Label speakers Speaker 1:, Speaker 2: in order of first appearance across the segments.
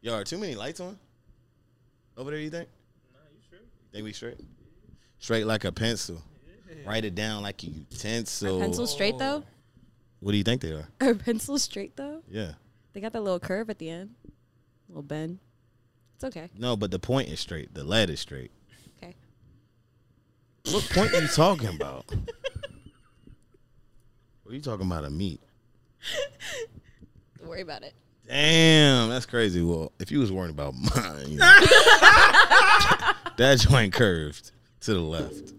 Speaker 1: Yo, are too many lights on over there? You think? Think we straight? Straight like a pencil. Write it down like a utensil.
Speaker 2: Pencil straight though?
Speaker 1: What do you think they are?
Speaker 2: Are pencil straight though?
Speaker 1: Yeah.
Speaker 2: They got that little curve at the end. Little bend. It's okay.
Speaker 1: No, but the point is straight. The lead is straight.
Speaker 2: Okay.
Speaker 1: What point are you talking about? What are you talking about? A meat?
Speaker 2: Don't worry about it.
Speaker 1: Damn, that's crazy. Well, if you was worrying about mine, that joint curved to the left.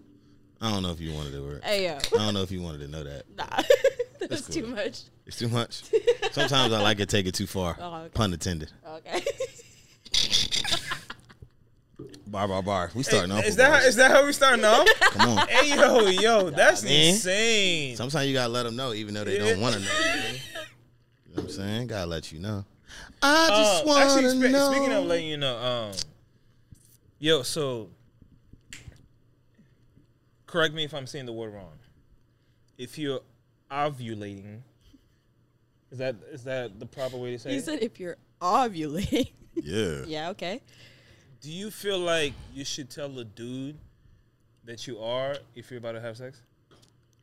Speaker 1: I don't know if you wanted to work. I
Speaker 2: Hey yo.
Speaker 1: don't know if you wanted to know that.
Speaker 2: Nah. that was too
Speaker 1: cool.
Speaker 2: much.
Speaker 1: It's too much. Sometimes I like to take it too far.
Speaker 2: Oh, okay.
Speaker 1: Pun intended.
Speaker 2: Okay.
Speaker 1: Bar bar bar. We starting off.
Speaker 3: Is
Speaker 1: with
Speaker 3: that how,
Speaker 1: bars.
Speaker 3: is that how we starting off?
Speaker 1: Come on.
Speaker 3: hey yo, yo, that's
Speaker 1: man.
Speaker 3: insane.
Speaker 1: Sometimes you gotta let them know, even though they don't want to know. You know what I'm saying? Gotta let you know. I
Speaker 3: Uh,
Speaker 1: just want
Speaker 3: actually,
Speaker 1: to
Speaker 3: spe-
Speaker 1: know.
Speaker 3: speaking of letting you know, um, yo, so correct me if I'm saying the word wrong. If you're ovulating, is that is that the proper way to say
Speaker 2: he
Speaker 3: it?
Speaker 2: said if you're ovulating.
Speaker 1: yeah.
Speaker 2: yeah, okay.
Speaker 3: Do you feel like you should tell a dude that you are if you're about to have sex?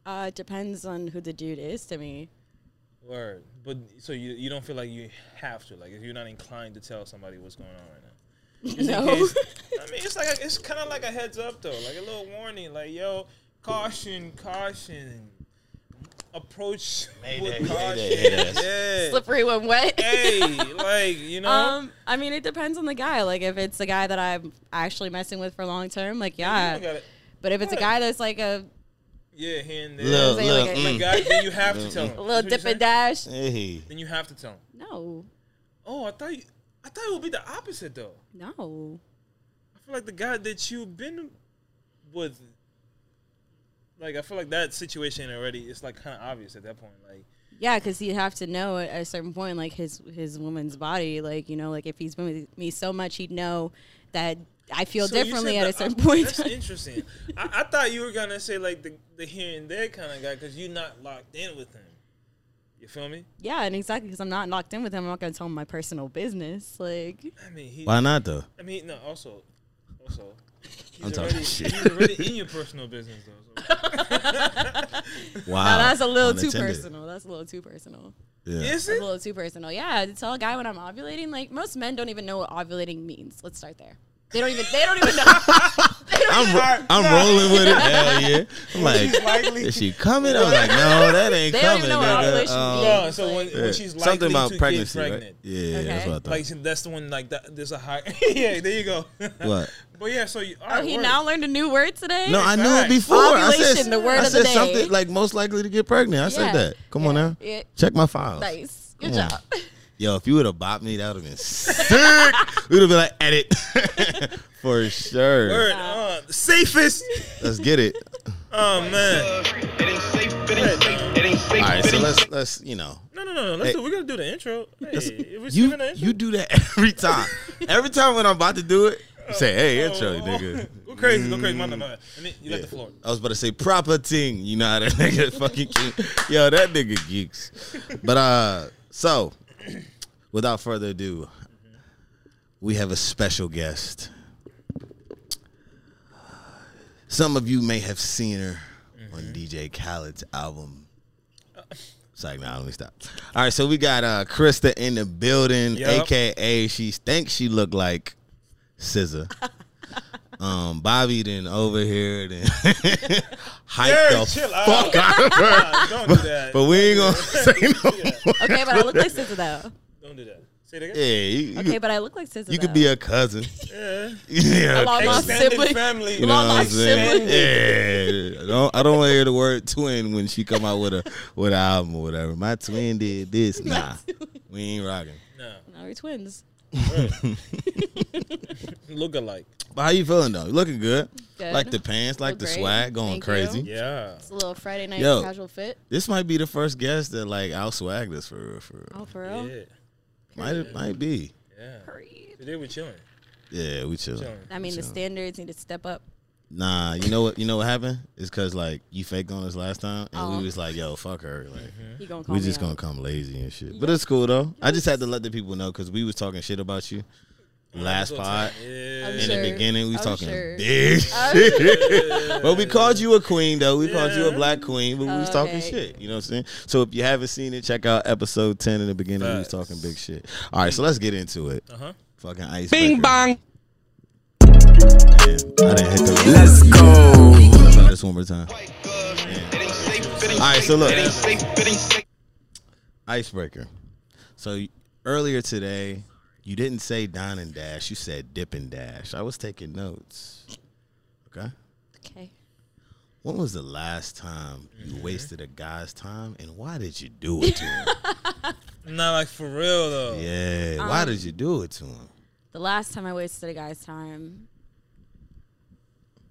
Speaker 2: Uh it depends on who the dude is to me.
Speaker 3: Or but so you you don't feel like you have to like if you're not inclined to tell somebody what's going on right now. Just in
Speaker 2: no.
Speaker 3: case- I mean, it's like a, it's kind of like a heads up though, like a little warning, like yo, caution, caution, approach with caution.
Speaker 1: mayday, mayday.
Speaker 3: Yeah.
Speaker 2: Slippery when wet.
Speaker 3: Hey, like you know,
Speaker 2: Um, I mean, it depends on the guy. Like, if it's a guy that I'm actually messing with for long term, like,
Speaker 3: you
Speaker 2: yeah.
Speaker 3: gotta,
Speaker 2: But if it's a guy that's like a
Speaker 3: yeah, here and there.
Speaker 1: Look,
Speaker 2: Say
Speaker 1: look.
Speaker 2: like a-
Speaker 3: You
Speaker 1: mm.
Speaker 3: got- then you have to tell him.
Speaker 2: little
Speaker 3: That's what you
Speaker 2: dip and
Speaker 3: said?
Speaker 2: dash,
Speaker 1: Hey.
Speaker 3: Then you have to tell him.
Speaker 2: no,
Speaker 3: Oh, I thought you, I thought it would be the opposite though.
Speaker 2: no,
Speaker 3: I feel like the guy that you've been with, like I feel like that situation already. It's like kind of obvious at that point. Like
Speaker 2: yeah, because he'd have to know at a certain point, like his his woman's body, like you know, like if he's been with me so much, he'd know that I feel
Speaker 3: So you
Speaker 2: differently at
Speaker 3: said
Speaker 2: a
Speaker 3: the
Speaker 2: certain
Speaker 3: opposite.
Speaker 2: point.
Speaker 3: That's interesting. I, I thought you were gonna say like the, the here and there kind of guy because you're not locked in with him. You feel me?
Speaker 2: yeah, and exactly because I'm not locked in with him, I'm not gonna tell him my personal business. Like,
Speaker 3: I mean, he.
Speaker 1: Why not though?
Speaker 3: I mean, no. Also, also, he's
Speaker 1: I'm talking
Speaker 3: already,
Speaker 1: shit.
Speaker 3: he's already in your personal business though. So.
Speaker 1: Wow.
Speaker 2: now that's a little
Speaker 1: Pun
Speaker 2: too
Speaker 1: intended.
Speaker 2: personal. That's a little too personal.
Speaker 1: Yeah.
Speaker 3: Is
Speaker 2: That's
Speaker 3: it?
Speaker 2: a little too personal. Yeah, to tell a guy when I'm ovulating, like most men don't even know what ovulating means. Let's start there. They don't even. They don't even know.
Speaker 1: I'm, ro- I'm rolling with it. Hell yeah. I'm like,
Speaker 3: likely.
Speaker 1: is she coming? I'm like, no, that ain't
Speaker 2: They don't
Speaker 1: coming.
Speaker 2: even know what
Speaker 1: nigga.
Speaker 2: ovulation
Speaker 1: Um,
Speaker 2: means.
Speaker 3: No, uh, so when,
Speaker 1: yeah.
Speaker 3: when she's likely
Speaker 1: Something about
Speaker 3: to
Speaker 1: pregnancy,
Speaker 3: get
Speaker 1: right?
Speaker 3: pregnant,
Speaker 1: Yeah, that's what
Speaker 2: Okay.
Speaker 1: I thought.
Speaker 3: like that's the one like that. There's a high. yeah, there you go.
Speaker 1: what?
Speaker 3: But yeah, so you,
Speaker 2: Oh, he now learned a new word today.
Speaker 1: No, I knew it
Speaker 3: Facts.
Speaker 1: before. I said,
Speaker 2: Ovulation, the
Speaker 1: I
Speaker 2: word of the
Speaker 1: said
Speaker 2: day.
Speaker 1: something like most likely to get pregnant. I said
Speaker 2: Yeah.
Speaker 1: that. Come on now.
Speaker 2: Yeah.
Speaker 1: Check my files.
Speaker 2: Nice. Good
Speaker 1: Come on.
Speaker 2: job.
Speaker 1: Yo, if you would have bopped me, that would have been sick. We'd have been like, edit. For sure.
Speaker 3: Word, uh, safest.
Speaker 1: Let's get it.
Speaker 3: Oh man.
Speaker 4: It ain't safe, it ain't safe, it ain't safe.
Speaker 1: All right,
Speaker 4: it
Speaker 1: so
Speaker 4: ain't
Speaker 1: let's let's you know.
Speaker 3: No, no, no, no. Let's
Speaker 1: Hey.
Speaker 3: do. We gotta do the intro. Hey, if we
Speaker 1: You
Speaker 3: skipping the intro,
Speaker 1: you do that every time. every time when I'm about to do it, you say, hey,
Speaker 3: Oh,
Speaker 1: intro,
Speaker 3: oh,
Speaker 1: nigga.
Speaker 3: Go crazy, go crazy. My bad, my bad. I mean, you
Speaker 1: Yeah.
Speaker 3: got the floor.
Speaker 1: I was about to say proper ting. You know how that nigga fucking geek. Yo, that nigga geeks. But uh so without further ado, we have a special guest. Some of you may have seen her on
Speaker 3: Mm-hmm.
Speaker 1: DJ Khaled's album. It's like, nah, let me stop. All right, so we got uh Krista in the building,
Speaker 3: Yup.
Speaker 1: aka she thinks she look like Scissor. Um, Bobby then over here then hyped
Speaker 3: Jerry,
Speaker 1: the
Speaker 3: chill out.
Speaker 1: fuck out of her.
Speaker 3: Nah, don't do that.
Speaker 1: But we ain't gonna say no. more.
Speaker 2: Okay, but I look like Scissor though.
Speaker 3: Don't do that. Say that
Speaker 1: Yeah,
Speaker 3: again.
Speaker 1: you, you
Speaker 2: Okay,
Speaker 1: could,
Speaker 2: but I look like Scissor.
Speaker 1: you could
Speaker 2: though.
Speaker 1: be a cousin.
Speaker 3: Yeah.
Speaker 1: Yeah,
Speaker 2: Hello,
Speaker 1: okay.
Speaker 2: my
Speaker 3: Extended
Speaker 2: sibling.
Speaker 3: family.
Speaker 1: you know what
Speaker 2: my
Speaker 1: I'm
Speaker 2: sibling.
Speaker 1: saying? Yeah, I don't, I don't want to hear the word twin when she come out with a with an album or whatever. My twin did this. Nah, we ain't rocking.
Speaker 3: No.
Speaker 2: Now we're twins.
Speaker 3: Look alike.
Speaker 1: But how you feeling though? You looking good?
Speaker 2: Good.
Speaker 1: Like the pants, like
Speaker 2: Look
Speaker 1: the
Speaker 2: great.
Speaker 1: swag, going
Speaker 2: Thank
Speaker 1: crazy.
Speaker 2: you.
Speaker 3: Yeah.
Speaker 2: It's a little Friday night
Speaker 1: Yo.
Speaker 2: casual fit.
Speaker 1: This might be the first guest that like out swag this for real. For real.
Speaker 2: Oh, for
Speaker 3: Yeah.
Speaker 2: real.
Speaker 1: Might it might be.
Speaker 3: Yeah.
Speaker 2: Period.
Speaker 3: Today we're chilling.
Speaker 1: Yeah, we chilling.
Speaker 3: Chilling.
Speaker 2: I mean, the
Speaker 1: So-
Speaker 2: standards need to step up.
Speaker 1: Nah, you know what? You know what happened? It's because like you faked on us last time, and
Speaker 2: Oh.
Speaker 1: we was like, "Yo, fuck her." Like
Speaker 3: Mm-hmm.
Speaker 2: He gonna call
Speaker 1: we
Speaker 2: me
Speaker 1: just
Speaker 2: out.
Speaker 1: gonna come lazy and shit. But it's cool though. I just had to let the people know because we was talking shit about you last pod.
Speaker 3: Yeah.
Speaker 2: I'm
Speaker 1: In the
Speaker 2: sure.
Speaker 1: beginning, we was
Speaker 2: I'm
Speaker 1: talking
Speaker 2: sure. Oh,
Speaker 1: big shit. but we called you a queen though. We called you a
Speaker 3: Yeah.
Speaker 1: black queen, but we was talking
Speaker 2: Okay.
Speaker 1: shit. You know what I'm saying? So if you haven't seen it, check out episode ten. In the beginning, we was
Speaker 3: Facts.
Speaker 1: talking big shit. All right, so let's get into it.
Speaker 3: Uh huh.
Speaker 1: Fucking ice.
Speaker 5: Bing bong.
Speaker 1: I didn't hit the.
Speaker 5: Let's go.
Speaker 1: Try this one more time. Alright, so look.
Speaker 4: It ain't safe, it ain't safe.
Speaker 1: Icebreaker. So y- earlier today, you didn't say dine and dash. You said dip and dash. I was taking notes. Okay.
Speaker 2: Okay.
Speaker 1: When was the last time you wasted a guy's time, and why did you do it to him?
Speaker 3: Not like for real though.
Speaker 1: yeah. why did you do it to him?
Speaker 2: The last time I wasted a guy's time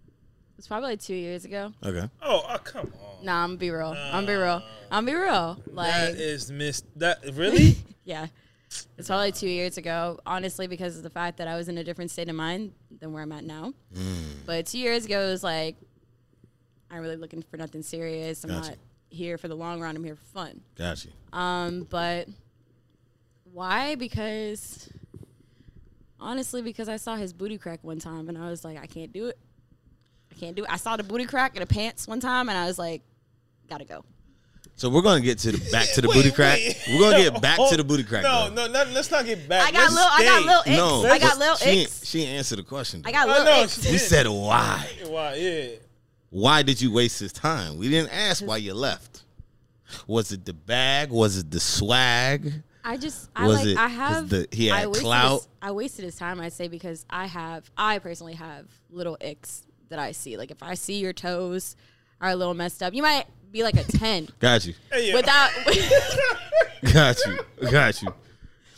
Speaker 2: it was probably like two years ago.
Speaker 1: Okay.
Speaker 3: Oh, oh, come on.
Speaker 2: Nah, I'm gonna be real. I'm gonna be real. I'm gonna be real.
Speaker 3: That
Speaker 2: Like,
Speaker 3: is missed. That really?
Speaker 2: yeah. It's probably two years ago, honestly, because of the fact that I was in a different state of mind than where I'm at now. But two years ago, it was like, I'm really looking for nothing serious. I'm
Speaker 1: Gotcha.
Speaker 2: not here for the long run. I'm here for fun.
Speaker 1: Gotcha.
Speaker 2: Um, but why? Because honestly, because I saw his booty crack one time and I was like, I can't do it. I can't do it. I saw the booty crack in the pants one time and I was like, gotta go.
Speaker 1: So we're gonna get to the back to the booty
Speaker 3: Wait,
Speaker 1: crack.
Speaker 3: wait.
Speaker 1: We're gonna get back to
Speaker 3: Oh,
Speaker 1: the booty crack.
Speaker 3: No,
Speaker 1: though.
Speaker 3: no, no, let's not get back.
Speaker 2: I got
Speaker 3: Let's
Speaker 2: little, I
Speaker 3: stay.
Speaker 2: got little
Speaker 1: No,
Speaker 2: icks. I got
Speaker 1: but
Speaker 2: little
Speaker 1: she,
Speaker 2: icks.
Speaker 1: She answered the question. though.
Speaker 2: I got
Speaker 3: I
Speaker 2: little
Speaker 3: know,
Speaker 2: icks.
Speaker 3: she-
Speaker 1: We said why.
Speaker 3: Why? Yeah.
Speaker 1: Why did you waste his time? We didn't ask why you left. Was it the bag? Was it the swag?
Speaker 2: I just, I
Speaker 1: Was
Speaker 2: like,
Speaker 1: it
Speaker 2: I
Speaker 1: 'cause
Speaker 2: have,
Speaker 1: the- he had
Speaker 2: I wasted
Speaker 1: clout?
Speaker 2: His, I wasted his time, I'd say, because I have, I personally have little icks that I see. Like, if I see your toes are a little messed up, you might be like a 10
Speaker 1: Got you.
Speaker 3: Hey, yo.
Speaker 2: without.
Speaker 1: Got you. Got you.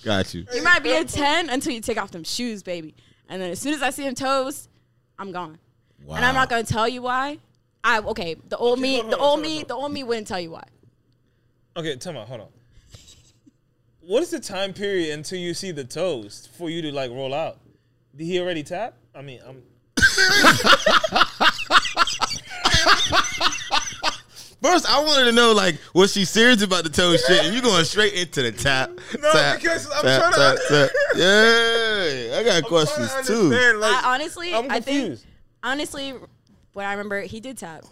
Speaker 1: Got you.
Speaker 2: You might be a 10 until you take off them shoes, baby. And then as soon as I see them toes, I'm gone.
Speaker 1: Wow.
Speaker 2: And I'm not going to tell you why. I okay, the old me,
Speaker 3: hold on,
Speaker 2: the
Speaker 3: hold
Speaker 2: old
Speaker 3: on,
Speaker 2: me,
Speaker 3: hold
Speaker 2: the old me wouldn't tell you why.
Speaker 3: Okay, tell me. Hold on. What is the time period until you see the toes for you to like roll out? Did he already tap? I mean, I'm.
Speaker 1: First, I wanted to know like was she serious about the toe shit, and you going straight into the tap.
Speaker 3: No,
Speaker 1: tap,
Speaker 3: because I'm
Speaker 1: tap,
Speaker 3: trying to
Speaker 1: tap,
Speaker 3: under-
Speaker 1: tap. Yeah, I got questions too.
Speaker 2: I honestly,
Speaker 3: I'm
Speaker 2: I think
Speaker 3: confused.
Speaker 2: honestly, what I remember, he did tap,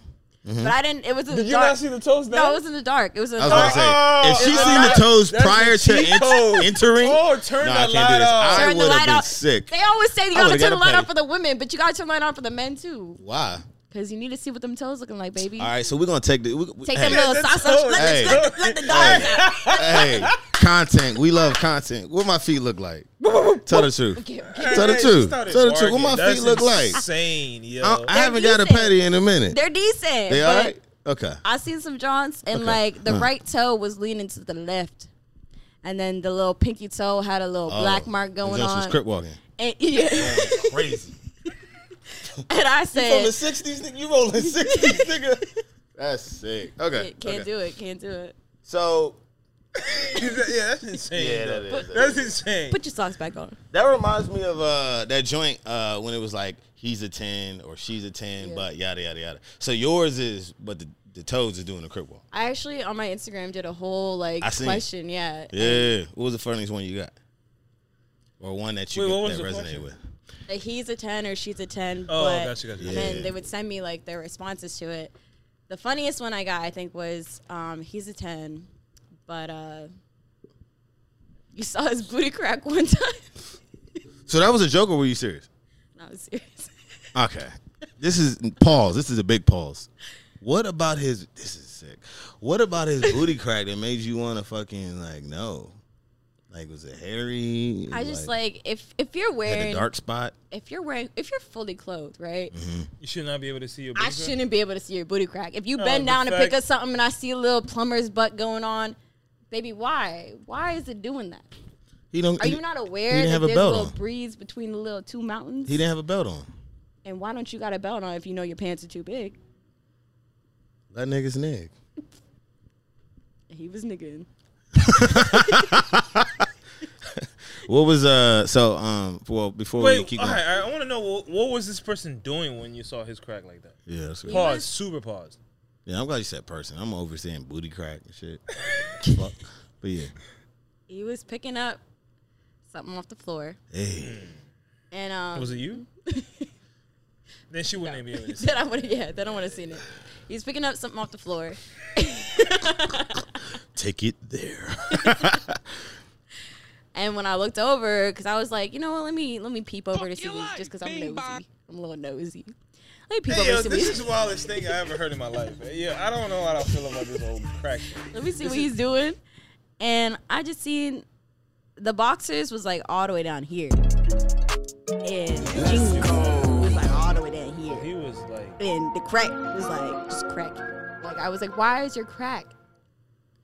Speaker 1: Mm-hmm.
Speaker 2: but I didn't. It was in the
Speaker 3: Did you
Speaker 2: dark.
Speaker 3: not see the toes?
Speaker 2: no, it
Speaker 3: then?
Speaker 2: was in the dark. It was in the
Speaker 1: I was about to
Speaker 2: dark.
Speaker 1: say
Speaker 3: Oh,
Speaker 1: if she
Speaker 3: it's
Speaker 1: seen the
Speaker 3: not-
Speaker 1: toes
Speaker 3: that's
Speaker 1: prior
Speaker 3: the
Speaker 1: to
Speaker 3: cheat
Speaker 1: en-
Speaker 3: code.
Speaker 1: entering,
Speaker 3: Oh, turn
Speaker 1: Nah, I can't
Speaker 3: the
Speaker 1: do
Speaker 3: light
Speaker 1: this.
Speaker 3: off.
Speaker 1: I
Speaker 2: Turn the
Speaker 1: would have
Speaker 2: light
Speaker 1: been
Speaker 2: off.
Speaker 1: sick.
Speaker 2: They always say you
Speaker 1: I
Speaker 2: gotta
Speaker 1: would've got
Speaker 2: turn
Speaker 1: a
Speaker 2: the light
Speaker 1: play.
Speaker 2: on for the women, but you gotta turn the light on for the men too,
Speaker 1: Why?
Speaker 2: because you need to see what them toes looking like, baby.
Speaker 1: All right, so we're gonna take the we, we-
Speaker 2: Take
Speaker 1: hey.
Speaker 2: them little socks.
Speaker 3: That's so-
Speaker 2: Let, the-
Speaker 1: Hey.
Speaker 2: let, the- let the dogs out.
Speaker 1: hey, content. We love content. What my feet look like? Tell the truth.
Speaker 2: Okay, okay.
Speaker 1: Tell the
Speaker 3: Hey, she
Speaker 1: truth.
Speaker 3: started
Speaker 1: Tell the truth. What my
Speaker 3: barking. That's
Speaker 1: feet look like?
Speaker 3: Insane, yo.
Speaker 1: I, I haven't got a
Speaker 2: decent.
Speaker 1: patty in a minute.
Speaker 2: They're decent.
Speaker 1: They all
Speaker 2: but
Speaker 1: right? Okay.
Speaker 2: I seen some jaunts, and
Speaker 1: Okay.
Speaker 2: like the
Speaker 1: Huh.
Speaker 2: right toe was leaning to the left, and then the little pinky toe had a little
Speaker 1: Oh.
Speaker 2: black mark going
Speaker 1: Jones was
Speaker 2: on.
Speaker 1: crip walking.
Speaker 2: and, yeah.
Speaker 1: Crazy.
Speaker 2: and I
Speaker 1: From the
Speaker 2: said,
Speaker 1: '60s, nigga. You rolling '60s, nigga. That's sick. Okay.
Speaker 2: "Can't can't
Speaker 1: okay.
Speaker 2: do it. Can't do it.
Speaker 1: So
Speaker 3: yeah, that's insane.
Speaker 1: yeah, that
Speaker 3: though.
Speaker 1: is. that
Speaker 3: That's insane.
Speaker 2: Put your socks back on."
Speaker 1: That reminds me of uh, that joint uh, when it was like he's a ten or she's a ten,
Speaker 2: Yeah.
Speaker 1: but yada yada yada. So yours is, but the, the toes is doing the crip walk.
Speaker 2: I actually on my Instagram did a whole like
Speaker 1: I seen it.
Speaker 2: question. Yeah,
Speaker 1: Yeah. What was the funniest one you got, or one that you
Speaker 3: Wait,
Speaker 1: got-
Speaker 3: what was
Speaker 1: that
Speaker 3: the
Speaker 1: resonated
Speaker 3: question?
Speaker 1: with?
Speaker 2: Like, he's a ten or she's a ten.
Speaker 3: Oh,
Speaker 2: but,
Speaker 3: gotcha, gotcha,
Speaker 2: And
Speaker 1: gotcha.
Speaker 2: then
Speaker 1: Yeah.
Speaker 2: they would send me like their responses to it. The funniest one I got, I think, was um, he's a ten, but uh, you saw his booty crack one time.
Speaker 1: So that was a joke, or were you serious?
Speaker 2: No, I'm serious.
Speaker 1: Okay. This is pause. This is a big pause. What about his? This is sick. What about his booty crack that made you want to fucking like no? Like was it hairy?
Speaker 2: I just like if if you're
Speaker 1: had a
Speaker 2: wearing
Speaker 1: dark Mm-hmm. spot.
Speaker 2: if you're wearing if you're fully clothed, right?
Speaker 3: you should not be able to see your.
Speaker 2: I
Speaker 3: booty.
Speaker 2: shouldn't be able to see your booty crack. If you
Speaker 3: No,
Speaker 2: bend
Speaker 3: Oh, the
Speaker 2: down and pick
Speaker 3: fact-
Speaker 2: up something and I see a little plumber's butt going on, baby, why? Why is it doing that?
Speaker 1: He don't.
Speaker 2: Are
Speaker 1: he,
Speaker 2: you not aware
Speaker 1: He didn't
Speaker 2: that
Speaker 1: have a
Speaker 2: there's
Speaker 1: belt
Speaker 2: a little
Speaker 1: on.
Speaker 2: breeze between the little two mountains?
Speaker 1: He didn't have a belt on.
Speaker 2: and why don't you got a belt on if you know your pants are too big?
Speaker 1: That nigga's nigga.
Speaker 2: He was nigging.
Speaker 1: What was uh? So um. Well, before we
Speaker 3: Wait,
Speaker 1: keep
Speaker 3: all
Speaker 1: going.
Speaker 3: right, all right, I want to know what, what was this person doing when you saw his crack like that?
Speaker 1: Yeah, that's good.
Speaker 2: Yeah.
Speaker 3: Pause.
Speaker 2: was-
Speaker 3: Super pause.
Speaker 1: yeah. I'm glad you said person. I'm overseeing booty crack and shit. Fuck. But yeah.
Speaker 2: He was picking up something off the floor,
Speaker 1: Hey.
Speaker 2: and um,
Speaker 3: Was it you? then she wouldn't be able to. see.
Speaker 2: that I would yeah, that I would have seen it. He was picking up something off the floor,
Speaker 1: Take it there.
Speaker 2: and when I looked over, because I was like, you know what, let me let me peep over to see, just because I'm nosy, I'm a little nosy. Let me peep
Speaker 3: Hey,
Speaker 2: over
Speaker 3: yo,
Speaker 2: to see,
Speaker 3: this
Speaker 2: what,
Speaker 3: is the wildest thing I ever heard in my life. Yeah, I don't know how I feel about this whole crack. Thing.
Speaker 2: let me see what he's doing, and I just seen the boxers was like all the way down here, and jeans was like all the way down here.
Speaker 3: He was like,
Speaker 2: and the crack was like just crack. Like I was like, why is your crack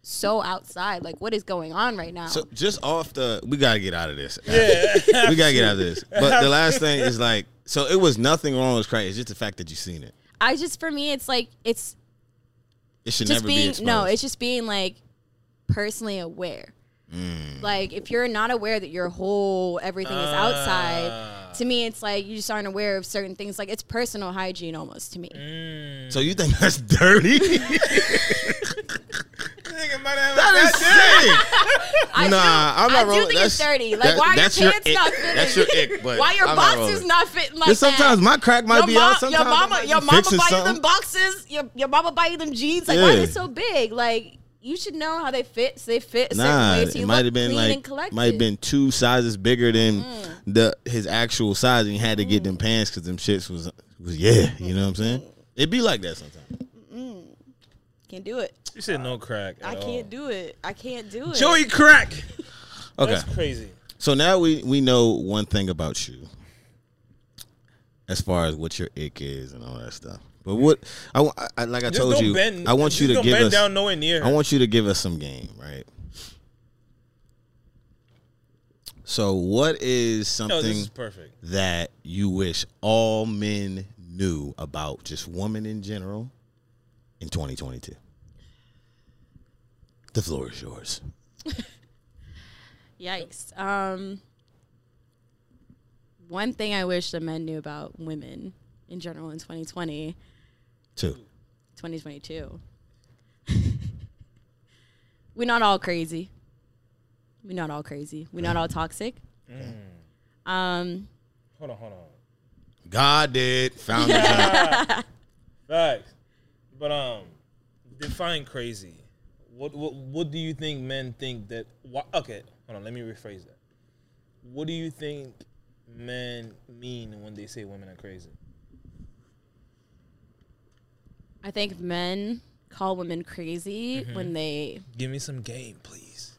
Speaker 2: so outside? Like what is going on right now?
Speaker 1: So just off the, we gotta get out of this.
Speaker 3: yeah,
Speaker 1: we gotta get out of this. But the last thing is like, so it was nothing wrong with crack. It's just the fact that you seen it.
Speaker 2: I just for me, it's like it's
Speaker 1: It should
Speaker 2: just
Speaker 1: never be
Speaker 2: being
Speaker 1: exposed.
Speaker 2: no, it's just being like personally aware.
Speaker 1: Mm.
Speaker 2: Like if you're not aware that your whole everything is
Speaker 1: Ah.
Speaker 2: outside, to me it's like you just aren't aware of certain things. Like it's personal hygiene almost to me.
Speaker 1: Mm. so you think that's dirty?
Speaker 3: This nigga might have
Speaker 1: that is sick.
Speaker 2: I do-
Speaker 1: Nah, I'm
Speaker 2: I
Speaker 1: not wrong.
Speaker 2: do think it's
Speaker 1: That's-
Speaker 2: dirty. Like why are your
Speaker 1: that's
Speaker 2: pants
Speaker 1: your ick.
Speaker 2: not fitting?
Speaker 1: That's your ick, but
Speaker 2: why your
Speaker 1: I'm not
Speaker 2: boxers
Speaker 1: wrong.
Speaker 2: not fitting like
Speaker 1: And
Speaker 2: that?
Speaker 1: sometimes my crack might
Speaker 2: your,
Speaker 1: be
Speaker 2: mom,
Speaker 1: out. Sometimes
Speaker 2: your
Speaker 1: I
Speaker 2: mama,
Speaker 1: might be
Speaker 2: your mama
Speaker 1: fixing
Speaker 2: buy you
Speaker 1: something.
Speaker 2: them boxes. Your your mama buy you them jeans. Like, why are
Speaker 1: Yeah.
Speaker 2: they so big? Like, you should know how they fit. So they fit a certain
Speaker 1: Nah,
Speaker 2: way. So you
Speaker 1: it
Speaker 2: look
Speaker 1: might have been
Speaker 2: clean
Speaker 1: like
Speaker 2: and collected. Mm-hmm.
Speaker 1: might have been two sizes bigger than the his actual size, and he had to get
Speaker 2: Mm.
Speaker 1: them pants because them shits was was yeah. You know what I'm saying? It be like that sometimes.
Speaker 2: Can't do it.
Speaker 3: You said no crack. at
Speaker 2: I
Speaker 3: all.
Speaker 2: can't do it. I can't do it.
Speaker 3: Joey crack.
Speaker 1: Okay,
Speaker 3: That's crazy.
Speaker 1: so now we we know one thing about you, as far as what your ick is and all that stuff. But what I, wa- I- like I
Speaker 3: Just
Speaker 1: told
Speaker 3: don't
Speaker 1: you,
Speaker 3: bend.
Speaker 1: I want you
Speaker 3: just
Speaker 1: to
Speaker 3: don't
Speaker 1: give
Speaker 3: bend
Speaker 1: us.
Speaker 3: down nowhere near.
Speaker 1: I want you to give us some game, right? So, what is
Speaker 3: no,
Speaker 1: something?
Speaker 3: this is perfect.
Speaker 1: that you wish all men knew about just women in general in 2022? The floor is yours.
Speaker 2: Yikes. Um, one thing I wish the men knew about women in general in 2020,
Speaker 1: Two.
Speaker 2: 2022. We're not all crazy. We're not all crazy. We're not all toxic.
Speaker 1: Mm.
Speaker 2: Um,
Speaker 3: Hold on, hold on.
Speaker 1: God did. Found the job.
Speaker 3: Facts. But um, define crazy. What what what do you think men think that? Why, okay, hold on. Let me rephrase that. What do you think men mean when they say women are crazy?
Speaker 2: I think men call women crazy
Speaker 3: Mm-hmm.
Speaker 2: when they
Speaker 3: Give me some game, please.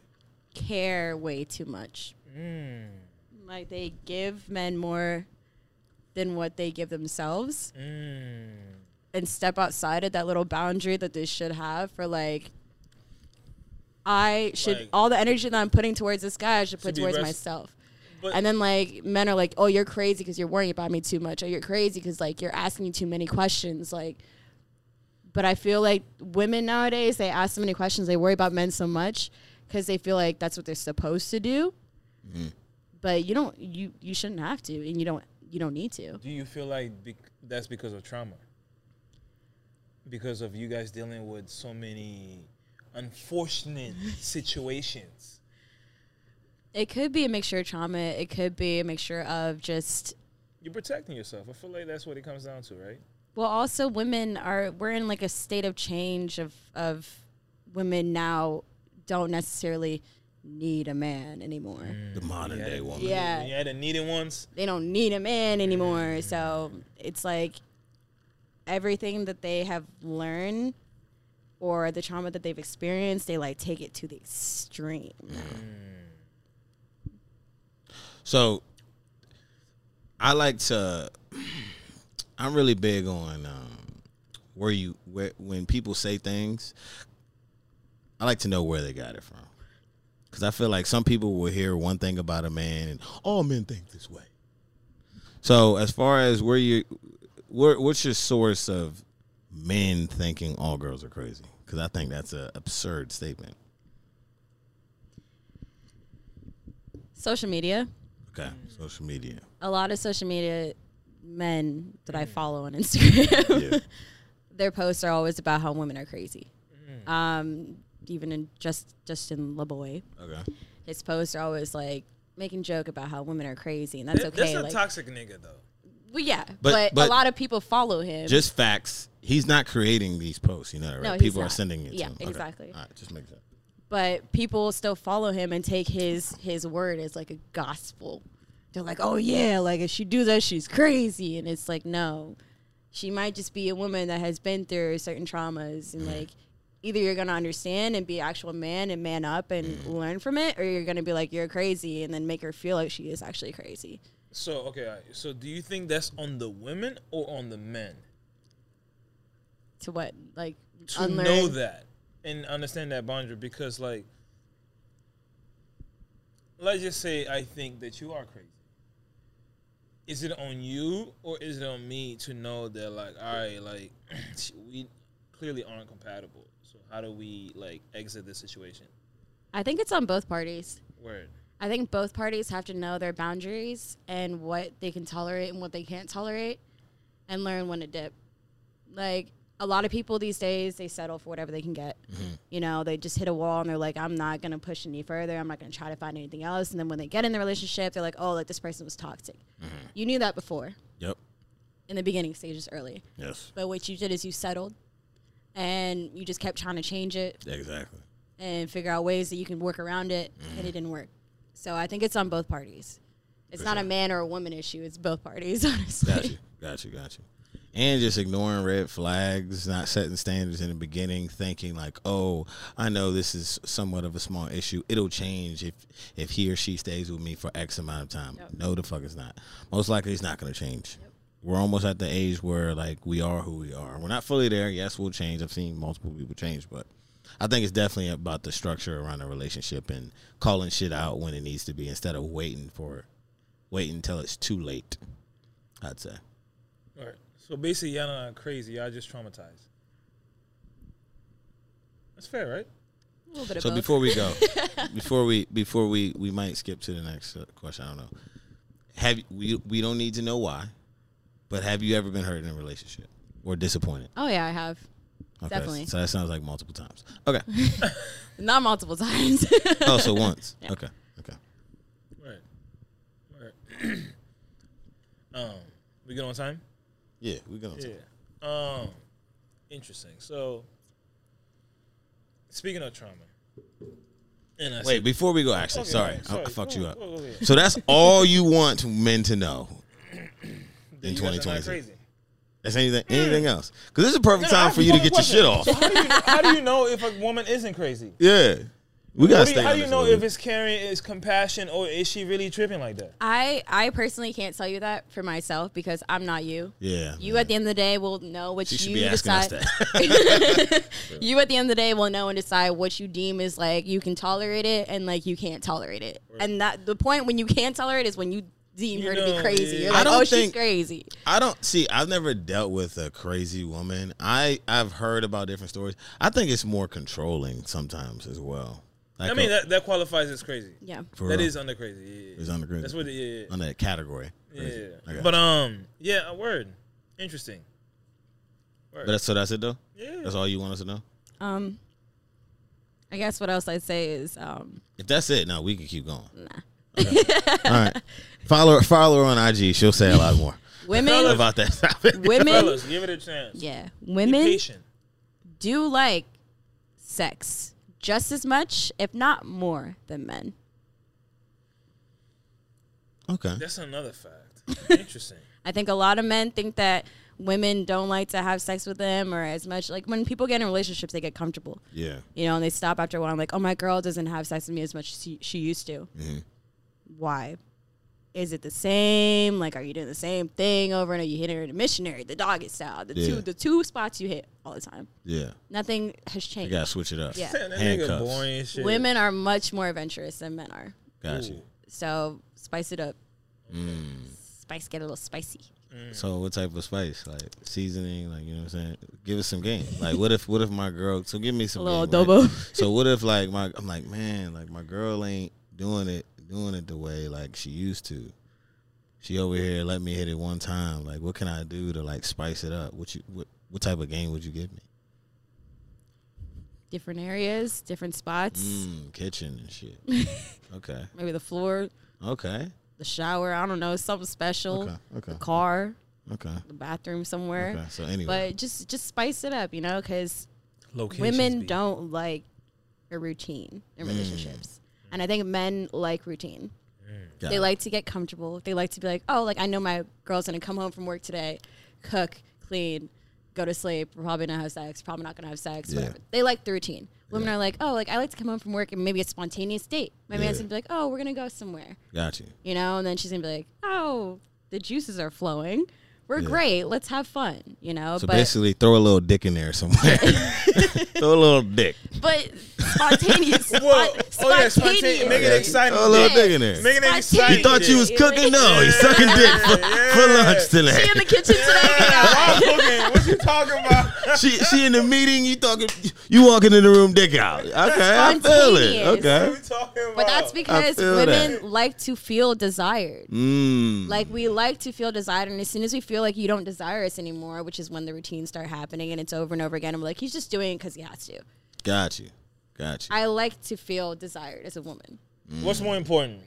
Speaker 2: care way too much.
Speaker 3: Mm.
Speaker 2: Like they give men more than what they give themselves
Speaker 3: Mm.
Speaker 2: and step outside of that little boundary that they should have for like I should
Speaker 3: Like-
Speaker 2: all the energy that I'm putting towards this guy I should put
Speaker 3: be
Speaker 2: towards
Speaker 3: rest-
Speaker 2: myself.
Speaker 3: But
Speaker 2: And then like men are like, "Oh, you're crazy because you're worrying about me too much. Oh, you're crazy because like you're asking me too many questions." Like, but I feel like women nowadays they ask so many questions. They worry about men so much because they feel like that's what they're supposed to do. But you don't. You you shouldn't have to, and you don't. You don't need to.
Speaker 3: do you feel like bec- that's because of trauma? Because of you guys dealing with so many unfortunate situations.
Speaker 2: It could be a mixture of trauma. It could be a mixture of just
Speaker 3: You're protecting yourself. I feel like that's what it comes down to, right?
Speaker 2: Well, also women are we're in like a state of change of of women now don't necessarily need a man anymore.
Speaker 1: The modern day woman.
Speaker 2: Yeah.
Speaker 3: When you had the needed ones.
Speaker 2: They don't need a man anymore. So it's like everything that they have learned or the trauma that they've experienced, they like take it to the extreme.
Speaker 1: So I like to. I'm really big on um, where you where when people say things. I like to know where they got it from, because I feel like some people will hear one thing about a man, and all men think this way. So as far as where you, where what's your source of men thinking all girls are crazy? Because I think that's an absurd statement.
Speaker 2: Social media.
Speaker 1: Okay, social media.
Speaker 2: A lot of social media men that I follow on Instagram,
Speaker 1: Yeah.
Speaker 2: their posts are always about how women are crazy.
Speaker 3: Mm.
Speaker 2: Um, even in just Justin LeBoy,
Speaker 1: Okay.
Speaker 2: his posts are always like making joke about how women are crazy, and that's
Speaker 3: Th-
Speaker 2: okay.
Speaker 3: That's a
Speaker 2: like,
Speaker 3: toxic nigga though.
Speaker 2: well, yeah,
Speaker 1: But-
Speaker 2: but,
Speaker 1: but-
Speaker 2: a lot of people follow him.
Speaker 1: Just facts. He's not creating these posts, you know, that, right?
Speaker 2: No, he's
Speaker 1: People are
Speaker 2: not.
Speaker 1: sending it
Speaker 2: Yeah,
Speaker 1: to him. Okay.
Speaker 2: exactly.
Speaker 1: All right, just make sense.
Speaker 2: but people still follow him and take his his word as like a gospel. They're like, "Oh yeah, like if she do that, she's crazy." And it's like, "No. She might just be a woman that has been through certain traumas and like either you're going to understand and be actual man and man up and
Speaker 3: Mm-hmm.
Speaker 2: learn from it or you're going to be like you're crazy and then make her feel like she is actually crazy."
Speaker 3: So okay, all right. so do you think that's on the women or on the men
Speaker 2: To what? Like
Speaker 3: to
Speaker 2: unlearn
Speaker 3: know that and understand that boundary? Because like, let's just say I think that you are crazy. Is it on you or is it on me to know that like, all right, like we clearly aren't compatible. So how do we like exit this situation?
Speaker 2: I think it's on both parties.
Speaker 3: Word.
Speaker 2: I think both parties have to know their boundaries and what they can tolerate and what they can't tolerate and learn when to dip. Like a lot of people these days, they settle for whatever they can get. You know, they just hit a wall and they're like, I'm not going to push any further. I'm not going to try to find anything else. And then when they get in the relationship, they're like, oh, like this person was toxic. You knew that before
Speaker 1: Yep.
Speaker 2: in the beginning stages early.
Speaker 1: Yes.
Speaker 2: But what you did is you settled and you just kept trying to change it
Speaker 1: Exactly.
Speaker 2: and figure out ways that you can work around it, and
Speaker 1: Mm.
Speaker 2: it didn't work. So I think it's on both parties. It's not a man or a woman issue. It's both parties, honestly.
Speaker 1: Got you. Got you. Got you. And just ignoring red flags, not setting standards in the beginning, thinking like, "Oh, I know this is somewhat of a small issue. It'll change if if he or she stays with me for X amount of time." No, the fuck it's not. Most likely, it's not going to change. We're almost at the age where like we are who we are. We're not fully there. Yes, we'll change. I've seen multiple people change, but I think it's definitely about the structure around the relationship and calling shit out when it needs to be instead of waiting for waiting until it's too late. I'd say.
Speaker 3: All right. So basically, y'all not crazy. Y'all just traumatized. That's fair, right?
Speaker 2: A little bit of
Speaker 1: So
Speaker 2: both.
Speaker 1: before we go, before we before we we might skip to the next uh, question. I don't know. Have you- we we don't need to know why, but have you ever been hurt in a relationship or disappointed?
Speaker 2: oh yeah, I have.
Speaker 1: Okay,
Speaker 2: Definitely.
Speaker 1: So that sounds like multiple times. Okay.
Speaker 2: Not multiple times.
Speaker 1: Oh, so once. Okay. Okay.
Speaker 3: Right. Right. um, we good on time?
Speaker 1: Yeah, we're gonna.
Speaker 3: Yeah. Um, interesting. So, speaking of trauma, and I
Speaker 1: Wait,
Speaker 3: said-
Speaker 1: before we go, actually,
Speaker 3: Okay,
Speaker 1: sorry,
Speaker 3: yeah,
Speaker 1: I, I fucked
Speaker 3: Go-
Speaker 1: you up.
Speaker 3: go- go ahead.
Speaker 1: So that's all you want men to know
Speaker 3: Then
Speaker 1: in
Speaker 3: you guys are not
Speaker 1: 2020.
Speaker 3: crazy.
Speaker 1: That's anything anything else? Because this is a perfect
Speaker 3: No, I
Speaker 1: time
Speaker 3: have
Speaker 1: for you to
Speaker 3: one
Speaker 1: get your shit off.
Speaker 3: question. So how do you how do you know if a woman isn't crazy?
Speaker 1: Yeah, we gotta
Speaker 3: How do you,
Speaker 1: stay.
Speaker 3: how
Speaker 1: on
Speaker 3: do you
Speaker 1: this a
Speaker 3: know
Speaker 1: little
Speaker 3: if
Speaker 1: bit.
Speaker 3: it's carrying is compassion or is she really tripping like that?
Speaker 2: I I personally can't tell you that for myself because I'm not you.
Speaker 1: yeah?
Speaker 2: You at the end of the day will know what
Speaker 1: She should
Speaker 2: you
Speaker 1: be asking us
Speaker 2: decide.
Speaker 1: that.
Speaker 2: You at the end of the day will know and decide what you deem is like you can tolerate it and like you can't tolerate it. And that the point when you can tolerate is when you deem
Speaker 3: You
Speaker 2: her to
Speaker 3: know,
Speaker 2: be crazy.
Speaker 3: yeah.
Speaker 2: You're
Speaker 1: I
Speaker 2: like,
Speaker 1: don't
Speaker 2: oh, she's
Speaker 1: think-
Speaker 2: crazy.
Speaker 1: I don't see. I've never dealt with a crazy woman. I I've heard about different stories. I think it's more controlling sometimes as well. Like
Speaker 3: I mean, that, that qualifies as crazy.
Speaker 2: Yeah.
Speaker 1: for
Speaker 3: That
Speaker 1: real.
Speaker 3: is under crazy. Yeah, yeah, yeah.
Speaker 1: It's under crazy.
Speaker 3: That's what. Yeah, yeah, yeah.
Speaker 1: on that category.
Speaker 3: yeah.
Speaker 1: Crazy.
Speaker 3: yeah.
Speaker 1: Okay.
Speaker 3: But um, yeah, a word. Interesting.
Speaker 1: But that's, so that's it though.
Speaker 3: Yeah.
Speaker 1: That's all you want us to know.
Speaker 2: Um, I guess what else I'd say is, um,
Speaker 1: If that's it, no, we can keep going. Nah. all right. Follow her- follow her on IG. She'll say a lot more
Speaker 2: women,
Speaker 1: about that topic.
Speaker 2: women,
Speaker 3: Fellas, give it a chance.
Speaker 2: yeah,
Speaker 3: Be
Speaker 2: women
Speaker 3: patient.
Speaker 2: do like sex just as much, if not more, than men.
Speaker 1: Okay.
Speaker 3: That's another fact. Interesting.
Speaker 2: I think a lot of men think that women don't like to have sex with them or as much. Like when people get in relationships, they get comfortable,
Speaker 1: Yeah.
Speaker 2: you know, and they stop after a while. like, oh, my girl doesn't have sex with me as much as she, she used to.
Speaker 1: Mhm.
Speaker 2: Why? Is it the same? Like, are you doing the same thing over and over? You hitting her in a missionary, the doggy style, the
Speaker 1: Yeah.
Speaker 2: two the two spots you hit all the time.
Speaker 1: Yeah.
Speaker 2: Nothing has
Speaker 1: You
Speaker 2: changed.
Speaker 1: gotta switch it up.
Speaker 2: Yeah.
Speaker 3: That nigga
Speaker 1: Handcuffs.
Speaker 3: boring as shit.
Speaker 2: Women are much more adventurous than men are.
Speaker 1: Got you. Mm.
Speaker 3: Ooh.
Speaker 2: So spice it up. Spice get a little spicy.
Speaker 1: So what type of spice? Like seasoning, like you know what I'm saying? Give us some game. Like what if what if my girl so give me some
Speaker 2: A little
Speaker 1: game, right?
Speaker 2: adobo.
Speaker 1: So what if like my I'm like, man, like my girl ain't doing it doing it the way like she used to. She over here let me hit it one time. Like, what can I do to like spice it up? What you what what type of game would you give me?
Speaker 2: Different areas, different spots.
Speaker 1: Mm, kitchen and shit. okay,
Speaker 2: Maybe the floor,
Speaker 1: okay,
Speaker 2: the shower. I don't know. Something special.
Speaker 1: Okay, okay.
Speaker 2: The car,
Speaker 1: okay,
Speaker 2: the bathroom somewhere.
Speaker 1: okay. So anyway,
Speaker 2: But just just spice it up, you know, because
Speaker 3: Locations
Speaker 2: women
Speaker 3: be-
Speaker 2: don't like a routine in
Speaker 1: Mm.
Speaker 2: relationships. And I think men like routine.
Speaker 1: got
Speaker 2: They
Speaker 1: it.
Speaker 2: like to get comfortable. They like to be like, oh, like I know my girl's gonna come home from work today, cook, clean, go to sleep. We're probably gonna have sex. Probably not gonna have sex.
Speaker 1: Yeah.
Speaker 2: Whatever. They like the routine. Women
Speaker 1: Yeah.
Speaker 2: are like, oh, like I like to come home from work and maybe a spontaneous date. My man's
Speaker 1: Yeah.
Speaker 2: gonna be like, oh, we're gonna go somewhere,
Speaker 1: got you.
Speaker 2: you know. And then she's gonna be like, oh, the juices are flowing. We're
Speaker 1: Yeah.
Speaker 2: great. Let's have fun, you know.
Speaker 1: So
Speaker 2: but
Speaker 1: basically, throw a little dick in there somewhere. throw a little dick.
Speaker 2: but spontaneous. spon-
Speaker 3: Whoa! Oh yeah,
Speaker 2: spontaneous.
Speaker 3: spontaneous. Make it
Speaker 1: Okay.
Speaker 3: exciting.
Speaker 1: Throw a little
Speaker 2: Yeah.
Speaker 1: dick in there.
Speaker 3: Make it
Speaker 2: Spontaneous.
Speaker 3: exciting.
Speaker 1: You thought you was
Speaker 2: Yeah.
Speaker 1: cooking? No, he's sucking dick for, for lunch today.
Speaker 2: She in the kitchen today.
Speaker 3: Wow, okay, what you talking about?
Speaker 1: she she in the meeting. You talking? You walking in the room, dick out. Okay, I feel it.
Speaker 2: Spontaneous.
Speaker 1: Okay.
Speaker 3: What you talking about?
Speaker 2: But that's because
Speaker 1: feel
Speaker 2: women
Speaker 1: that.
Speaker 2: like to feel desired.
Speaker 1: Mm.
Speaker 2: Like we like to feel desired, and as soon as we feel like you don't desire us anymore, which is when the routines start happening, and it's over and over again. I'm like, he's just doing it because he has to.
Speaker 1: got you, got you.
Speaker 2: I like to feel desired as a woman.
Speaker 3: What's more important?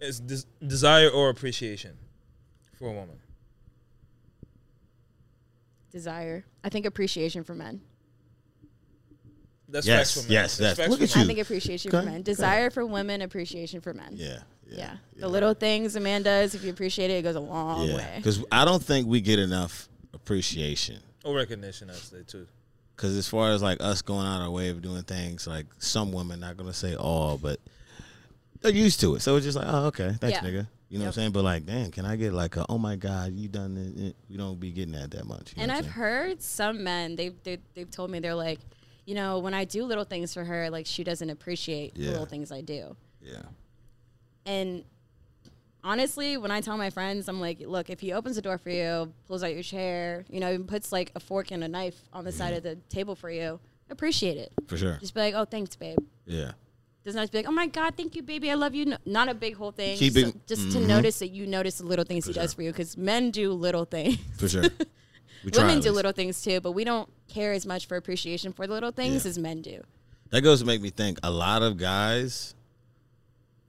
Speaker 3: Is des- desire or appreciation for a woman?
Speaker 2: Desire. I think appreciation for men.
Speaker 3: That's
Speaker 1: Yes,
Speaker 3: facts for men.
Speaker 1: yes, yes.
Speaker 3: That's facts
Speaker 1: Look
Speaker 3: for
Speaker 1: at
Speaker 3: men.
Speaker 1: you.
Speaker 2: I think appreciation
Speaker 1: Okay,
Speaker 2: for men.
Speaker 1: okay.
Speaker 2: Desire for women. Appreciation for men.
Speaker 1: yeah, yeah,
Speaker 2: Yeah. The little things a man does, if you appreciate it, it goes a long way.
Speaker 1: Because I don't think we get enough appreciation.
Speaker 3: Or recognition, I'd say too.
Speaker 1: Because as far as like us going out our way of doing things, like some women, not gonna say all, but they're used to it. So it's just like, oh, okay, thanks,
Speaker 2: Yeah.
Speaker 1: nigga. You know what I'm saying? But like, damn, can I get like a, oh my god, you done this? We don't be getting that that much. You
Speaker 2: And
Speaker 1: know what
Speaker 2: I've
Speaker 1: I'm
Speaker 2: heard some men they they they've told me they're like, you know, when I do little things for her, like she doesn't appreciate the
Speaker 1: Yeah.
Speaker 2: little things I do.
Speaker 1: saying? yeah.
Speaker 2: And honestly, when I tell my friends, I'm like, look, if he opens the door for you, pulls out your chair, you know, even puts like a fork and a knife on the side of the table for you, appreciate it.
Speaker 1: For sure.
Speaker 2: Just be like, oh, thanks, babe.
Speaker 1: Yeah.
Speaker 2: Does not be like, oh my god, thank you, baby, I love you. No, not a big whole thing,
Speaker 1: Keep
Speaker 2: so-
Speaker 1: it- mm-hmm.
Speaker 2: just to notice that you notice the little things he does for you, because men do little things.
Speaker 1: For sure. We try
Speaker 2: Women
Speaker 1: at
Speaker 2: do
Speaker 1: least.
Speaker 2: little things too, but we don't care as much for appreciation for the little things
Speaker 1: Yeah.
Speaker 2: as men do.
Speaker 1: That goes to make me think a lot of guys,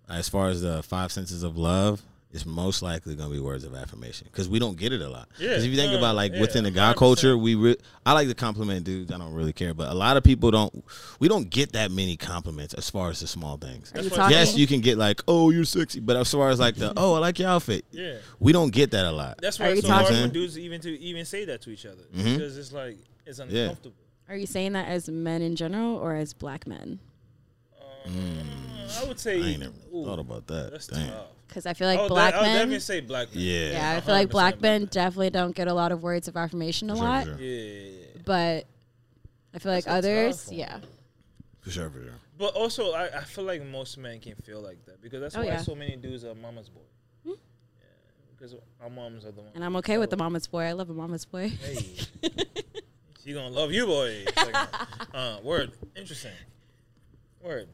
Speaker 1: as far as the five senses of love, it's most likely going to be words of affirmation because we don't get it a lot.
Speaker 3: Yeah,
Speaker 1: Because if you think
Speaker 3: no,
Speaker 1: about like
Speaker 3: yeah,
Speaker 1: within the guy
Speaker 3: 100%.
Speaker 1: culture, we re- I like to compliment dudes. I don't really care, but a lot of people don't. We don't get that many compliments as far as the small things.
Speaker 2: Are you
Speaker 3: what-
Speaker 2: talking?
Speaker 1: Yes, you can get like, oh, you're sexy, but as far as like the, oh, I like your outfit,
Speaker 3: Yeah.
Speaker 1: we don't get that a lot.
Speaker 3: That's
Speaker 2: Are
Speaker 3: why
Speaker 2: you
Speaker 3: it's so hard
Speaker 1: talking- Mm-hmm.
Speaker 3: for dudes even to even say that to each other because it's like it's uncomfortable.
Speaker 2: Are you saying that as men in general or as black men?
Speaker 3: I would say
Speaker 1: I ain't never
Speaker 3: ooh,
Speaker 1: thought about that.
Speaker 3: That's
Speaker 1: Damn.
Speaker 3: tough.
Speaker 2: Because I feel like
Speaker 3: I would Oh, de-
Speaker 2: black
Speaker 3: I would
Speaker 2: men.
Speaker 3: definitely say black men.
Speaker 1: Yeah.
Speaker 2: yeah, I feel like
Speaker 3: 100%
Speaker 2: black
Speaker 3: black
Speaker 2: men
Speaker 3: men.
Speaker 2: definitely don't get a lot of words of affirmation a
Speaker 1: For sure,
Speaker 2: lot,
Speaker 1: for sure.
Speaker 3: Yeah, yeah, yeah.
Speaker 2: but I feel like
Speaker 3: That's a tough
Speaker 2: others,
Speaker 3: one.
Speaker 2: yeah.
Speaker 1: For sure, for sure.
Speaker 3: But also, I, I feel like most men can feel like that because that's
Speaker 2: Oh,
Speaker 3: why
Speaker 2: yeah. Hmm?
Speaker 3: so many dudes are mama's boy. Yeah, because our moms are the ones.
Speaker 2: And I'm okay with the mama's boy. I love a mama's boy.
Speaker 3: Hey, she gonna love you, boy. It's like, uh, word, interesting. Word,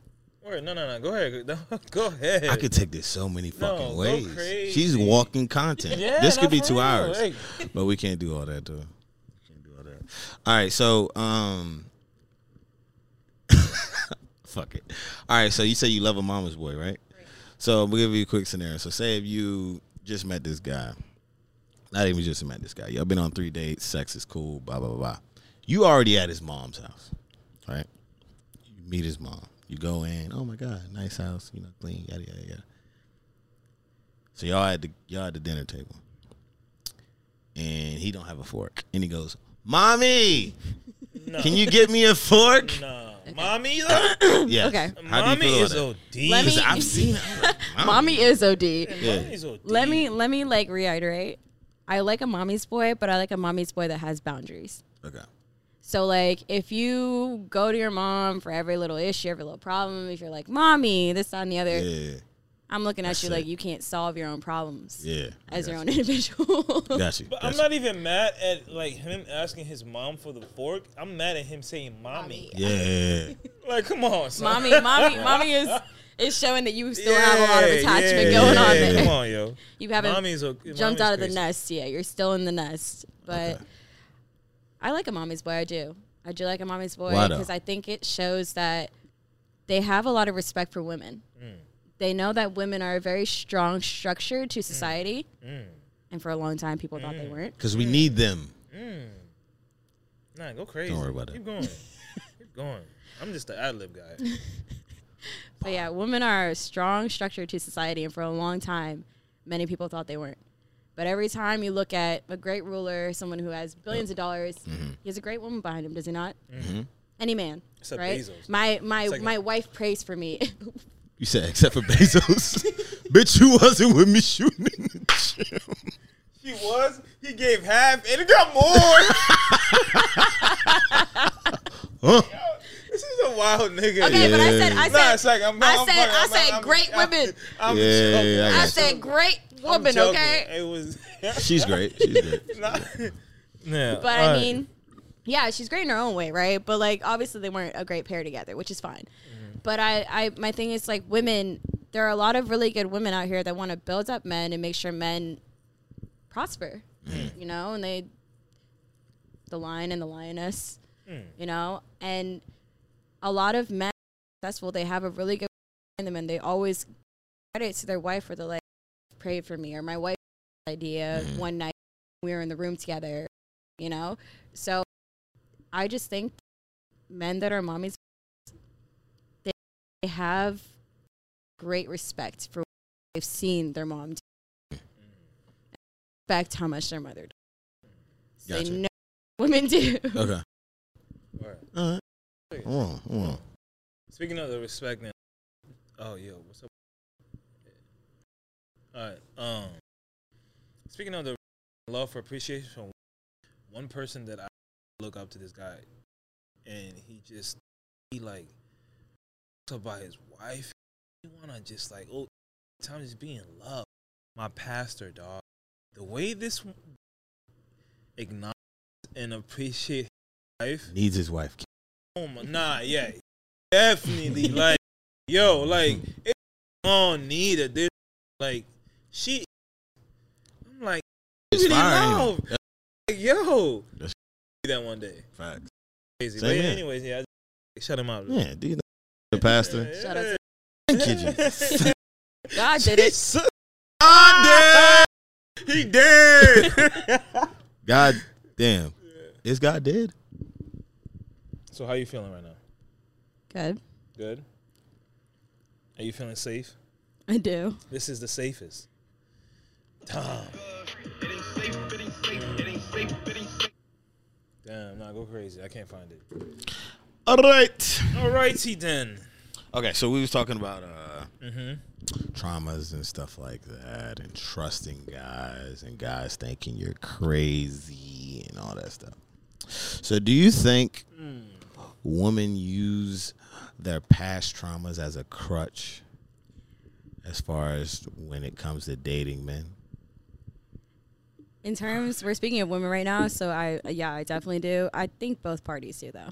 Speaker 3: word. No, no, no. Go ahead. No, go ahead.
Speaker 1: I could take this so many fucking
Speaker 3: go
Speaker 1: ways.
Speaker 3: crazy.
Speaker 1: She's walking content.
Speaker 3: Yeah,
Speaker 1: this could
Speaker 3: no,
Speaker 1: be
Speaker 3: for
Speaker 1: two
Speaker 3: real.
Speaker 1: hours,
Speaker 3: Hey.
Speaker 1: but we can't do all that though. Can't do all that. All right, so um, fuck it. All right, so you say you love a mama's boy, right? So I'm gonna give you a quick scenario. So say if you just met this guy, not even just met this guy. Y'all been on three dates. Sex is cool. Blah blah blah. blah. You already at his mom's house, right? You meet his mom. You go in. Oh my god, nice house. You know, clean. Yada yada yada. So y'all at the y'all at the dinner table, and he don't have a fork, and he goes, "Mommy,
Speaker 3: No.
Speaker 1: can you get me a fork?"
Speaker 3: Nah, mommy. though?
Speaker 1: Yes.
Speaker 2: Okay.
Speaker 1: How do
Speaker 3: mommy
Speaker 1: you
Speaker 3: is
Speaker 1: feel about
Speaker 3: OD.
Speaker 2: Let
Speaker 1: that?
Speaker 2: me-
Speaker 1: 'Cause I've seen. I'm like,
Speaker 2: Mommy is OD.
Speaker 1: Yeah.
Speaker 3: Mommy's OD.
Speaker 2: Let me let me like reiterate. I like a mommy's boy, but I like a mommy's boy that has boundaries.
Speaker 1: Okay.
Speaker 2: So like if you go to your mom for every little issue, every little problem, if you're like, Mommy, this, that, and the other,
Speaker 1: Yeah.
Speaker 2: I'm looking at
Speaker 1: That's
Speaker 2: you
Speaker 1: it.
Speaker 2: like you can't solve your own problems
Speaker 1: Yeah.
Speaker 2: as
Speaker 1: I
Speaker 2: your
Speaker 1: got
Speaker 2: own individual.
Speaker 1: you. Got you.
Speaker 3: But
Speaker 1: got
Speaker 3: I'm
Speaker 1: you.
Speaker 3: not even mad at like him asking his mom for the fork. I'm mad at him saying mommy.
Speaker 1: Yeah.
Speaker 3: Like, come on, son.
Speaker 2: mommy, mommy, mommy is It's showing that you still have a lot of attachment going on
Speaker 1: yeah.
Speaker 2: there.
Speaker 3: Come on, yo.
Speaker 2: You haven't
Speaker 3: Mommy's okay.
Speaker 2: jumped
Speaker 3: mommy's
Speaker 2: out of the
Speaker 3: crazy.
Speaker 2: nest yet. You're still in the nest. But I like a mommy's boy. I do. I do like a mommy's boy
Speaker 1: Why though?
Speaker 2: because I think it shows that they have a lot of respect for women.
Speaker 3: Mm.
Speaker 2: They know that women are a very strong structure
Speaker 3: Mm.
Speaker 2: to society. And for a long time, people thought they weren't.
Speaker 1: Because we need them.
Speaker 3: Nah, go crazy.
Speaker 1: Don't worry about it.
Speaker 3: Keep going. Keep going. I'm just the ad lib guy.
Speaker 2: But yeah, women are a strong structure to society, and for a long time, many people thought they weren't. But every time you look at a great ruler, someone who has billions of dollars, he has a great woman behind him, does he not? Any man,
Speaker 3: Except
Speaker 2: right?
Speaker 3: Bezos.
Speaker 2: My my
Speaker 3: like
Speaker 2: my
Speaker 3: a-
Speaker 2: wife prays for me.
Speaker 1: You said except for Bezos. Bitch, you wasn't with me shooting in the gym.
Speaker 3: He was. He gave half, and he got more.
Speaker 1: Huh?
Speaker 3: this is a wild nigga.
Speaker 2: okay, but I said
Speaker 1: Yeah.
Speaker 2: I
Speaker 3: Nah,
Speaker 2: said
Speaker 3: it's like I'm.
Speaker 2: I
Speaker 3: I'm
Speaker 2: said-
Speaker 3: fucking-
Speaker 2: I
Speaker 3: I'm-
Speaker 2: said
Speaker 3: I'm-
Speaker 2: great
Speaker 3: I'm-
Speaker 2: women.
Speaker 3: I'm
Speaker 1: Yeah,
Speaker 3: joking.
Speaker 1: yeah, yeah,
Speaker 2: I
Speaker 1: I'm
Speaker 2: said great
Speaker 3: I'm
Speaker 2: woman,
Speaker 3: joking.
Speaker 2: okay?
Speaker 3: It was.
Speaker 1: She's great. She's great.
Speaker 3: Nah. Yeah,
Speaker 2: But
Speaker 3: all
Speaker 2: I
Speaker 3: right.
Speaker 2: mean, yeah, she's great in her own way, right? But like, obviously, they weren't a great pair together, which is fine. But I, I, my thing is like, women. There are a lot of really good women out here that want to build up men and make sure men prosper, you know. And they, the lion and the lioness,
Speaker 3: Mm.
Speaker 2: you know. And a lot of men are successful, they have a really good in them, and they always credit to their wife or the like, prayed for me or my wife's idea
Speaker 1: Mm-hmm.
Speaker 2: one night we were in the room together you know so i just think men that are mommies they, they have great respect for what they've seen their mom do respect how much their mother does So
Speaker 1: Gotcha.
Speaker 2: they know what women do
Speaker 1: Okay.
Speaker 3: All right.
Speaker 1: All right. Hold on, hold on.
Speaker 3: Speaking of the respect now. Oh yo, what's up? Alright. Um speaking of the love for appreciation from one person that I look up to this guy and he just he like talks about his wife. He wanna just like oh time just be in love. My pastor dog. The way this w- acknowledges and appreciates life
Speaker 1: Needs his wife.
Speaker 3: Oh my, nah, yeah, definitely. like, yo, like, it don't need a this. Like, she, I'm like,
Speaker 1: It's
Speaker 3: really
Speaker 1: fire, ain't
Speaker 3: loud.
Speaker 1: it? That's
Speaker 3: like, yo,
Speaker 1: That's-
Speaker 3: do that one day.
Speaker 1: facts.
Speaker 3: Crazy.
Speaker 1: Same
Speaker 3: But
Speaker 1: here.
Speaker 3: anyways, yeah, I- shut him out.
Speaker 1: Yeah, do you know the pastor?
Speaker 3: Yeah.
Speaker 2: Shout out to-
Speaker 1: Thank you, Jesus.
Speaker 2: god did it
Speaker 3: Jesus.
Speaker 1: God dead. He dead. God damn. Is God dead?
Speaker 3: So, how you feeling right now?
Speaker 2: good
Speaker 3: Good. Are you feeling safe?
Speaker 2: i do
Speaker 3: This is the safest. Tom. Damn, nah, go crazy. I can't find it.
Speaker 1: All right.
Speaker 3: Alrighty then.
Speaker 1: Okay, so we was talking about uh, traumas and stuff like that, and trusting guys and guys thinking you're crazy and all that stuff. So, do you think women use their past traumas as a crutch, as far as when it comes to dating men?
Speaker 2: in terms we're speaking of women right now so i yeah i definitely do i think both parties do though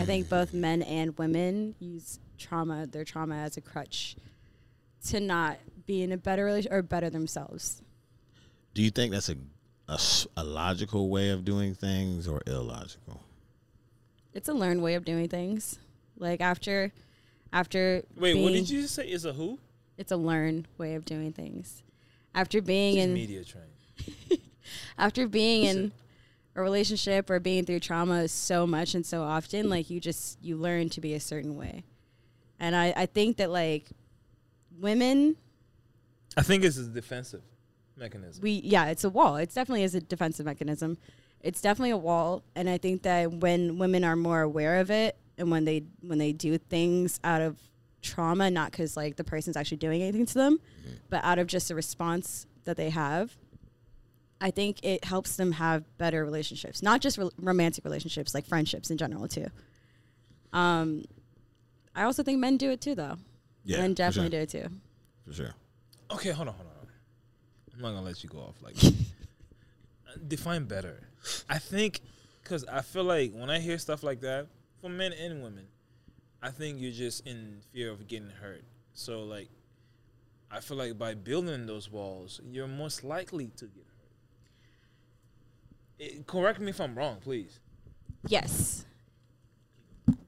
Speaker 2: i think both men and women use trauma their trauma as a crutch to not be in a better relation or better themselves
Speaker 1: Do you think that's a a s a a logical way of doing things or illogical?
Speaker 2: it's a learned way of doing things like after after
Speaker 3: Wait, what
Speaker 2: being-
Speaker 3: did you say? Is a who?
Speaker 2: it's a learned way of doing things after being
Speaker 3: It's
Speaker 2: in
Speaker 3: media train.
Speaker 2: after being in a relationship or being through trauma so much and so often, like you just you learn to be a certain way. And I, I think that like women
Speaker 3: I think it's a defensive mechanism.
Speaker 2: we yeah, it's a wall. It's definitely is a defensive mechanism. It's definitely a wall. And I think that when women are more aware of it and when they when they do things out of trauma, not because like the person's actually doing anything to them,
Speaker 1: Mm-hmm.
Speaker 2: but out of just a response that they have, I think it helps them have better relationships, not just rel romantic relationships, like friendships in general too. Um, I also think men do it too, though.
Speaker 1: Yeah,
Speaker 2: men
Speaker 1: for
Speaker 2: definitely
Speaker 1: sure.
Speaker 2: do it too.
Speaker 1: For sure.
Speaker 3: Okay, hold on, hold on. I'm not gonna let you go off like. define better. I think because I feel like when I hear stuff like that for men and women, I think you're just in fear of getting hurt. So like, I feel like by building those walls, you're most likely to get hurt. It, correct me if I'm wrong, please.
Speaker 2: Yes.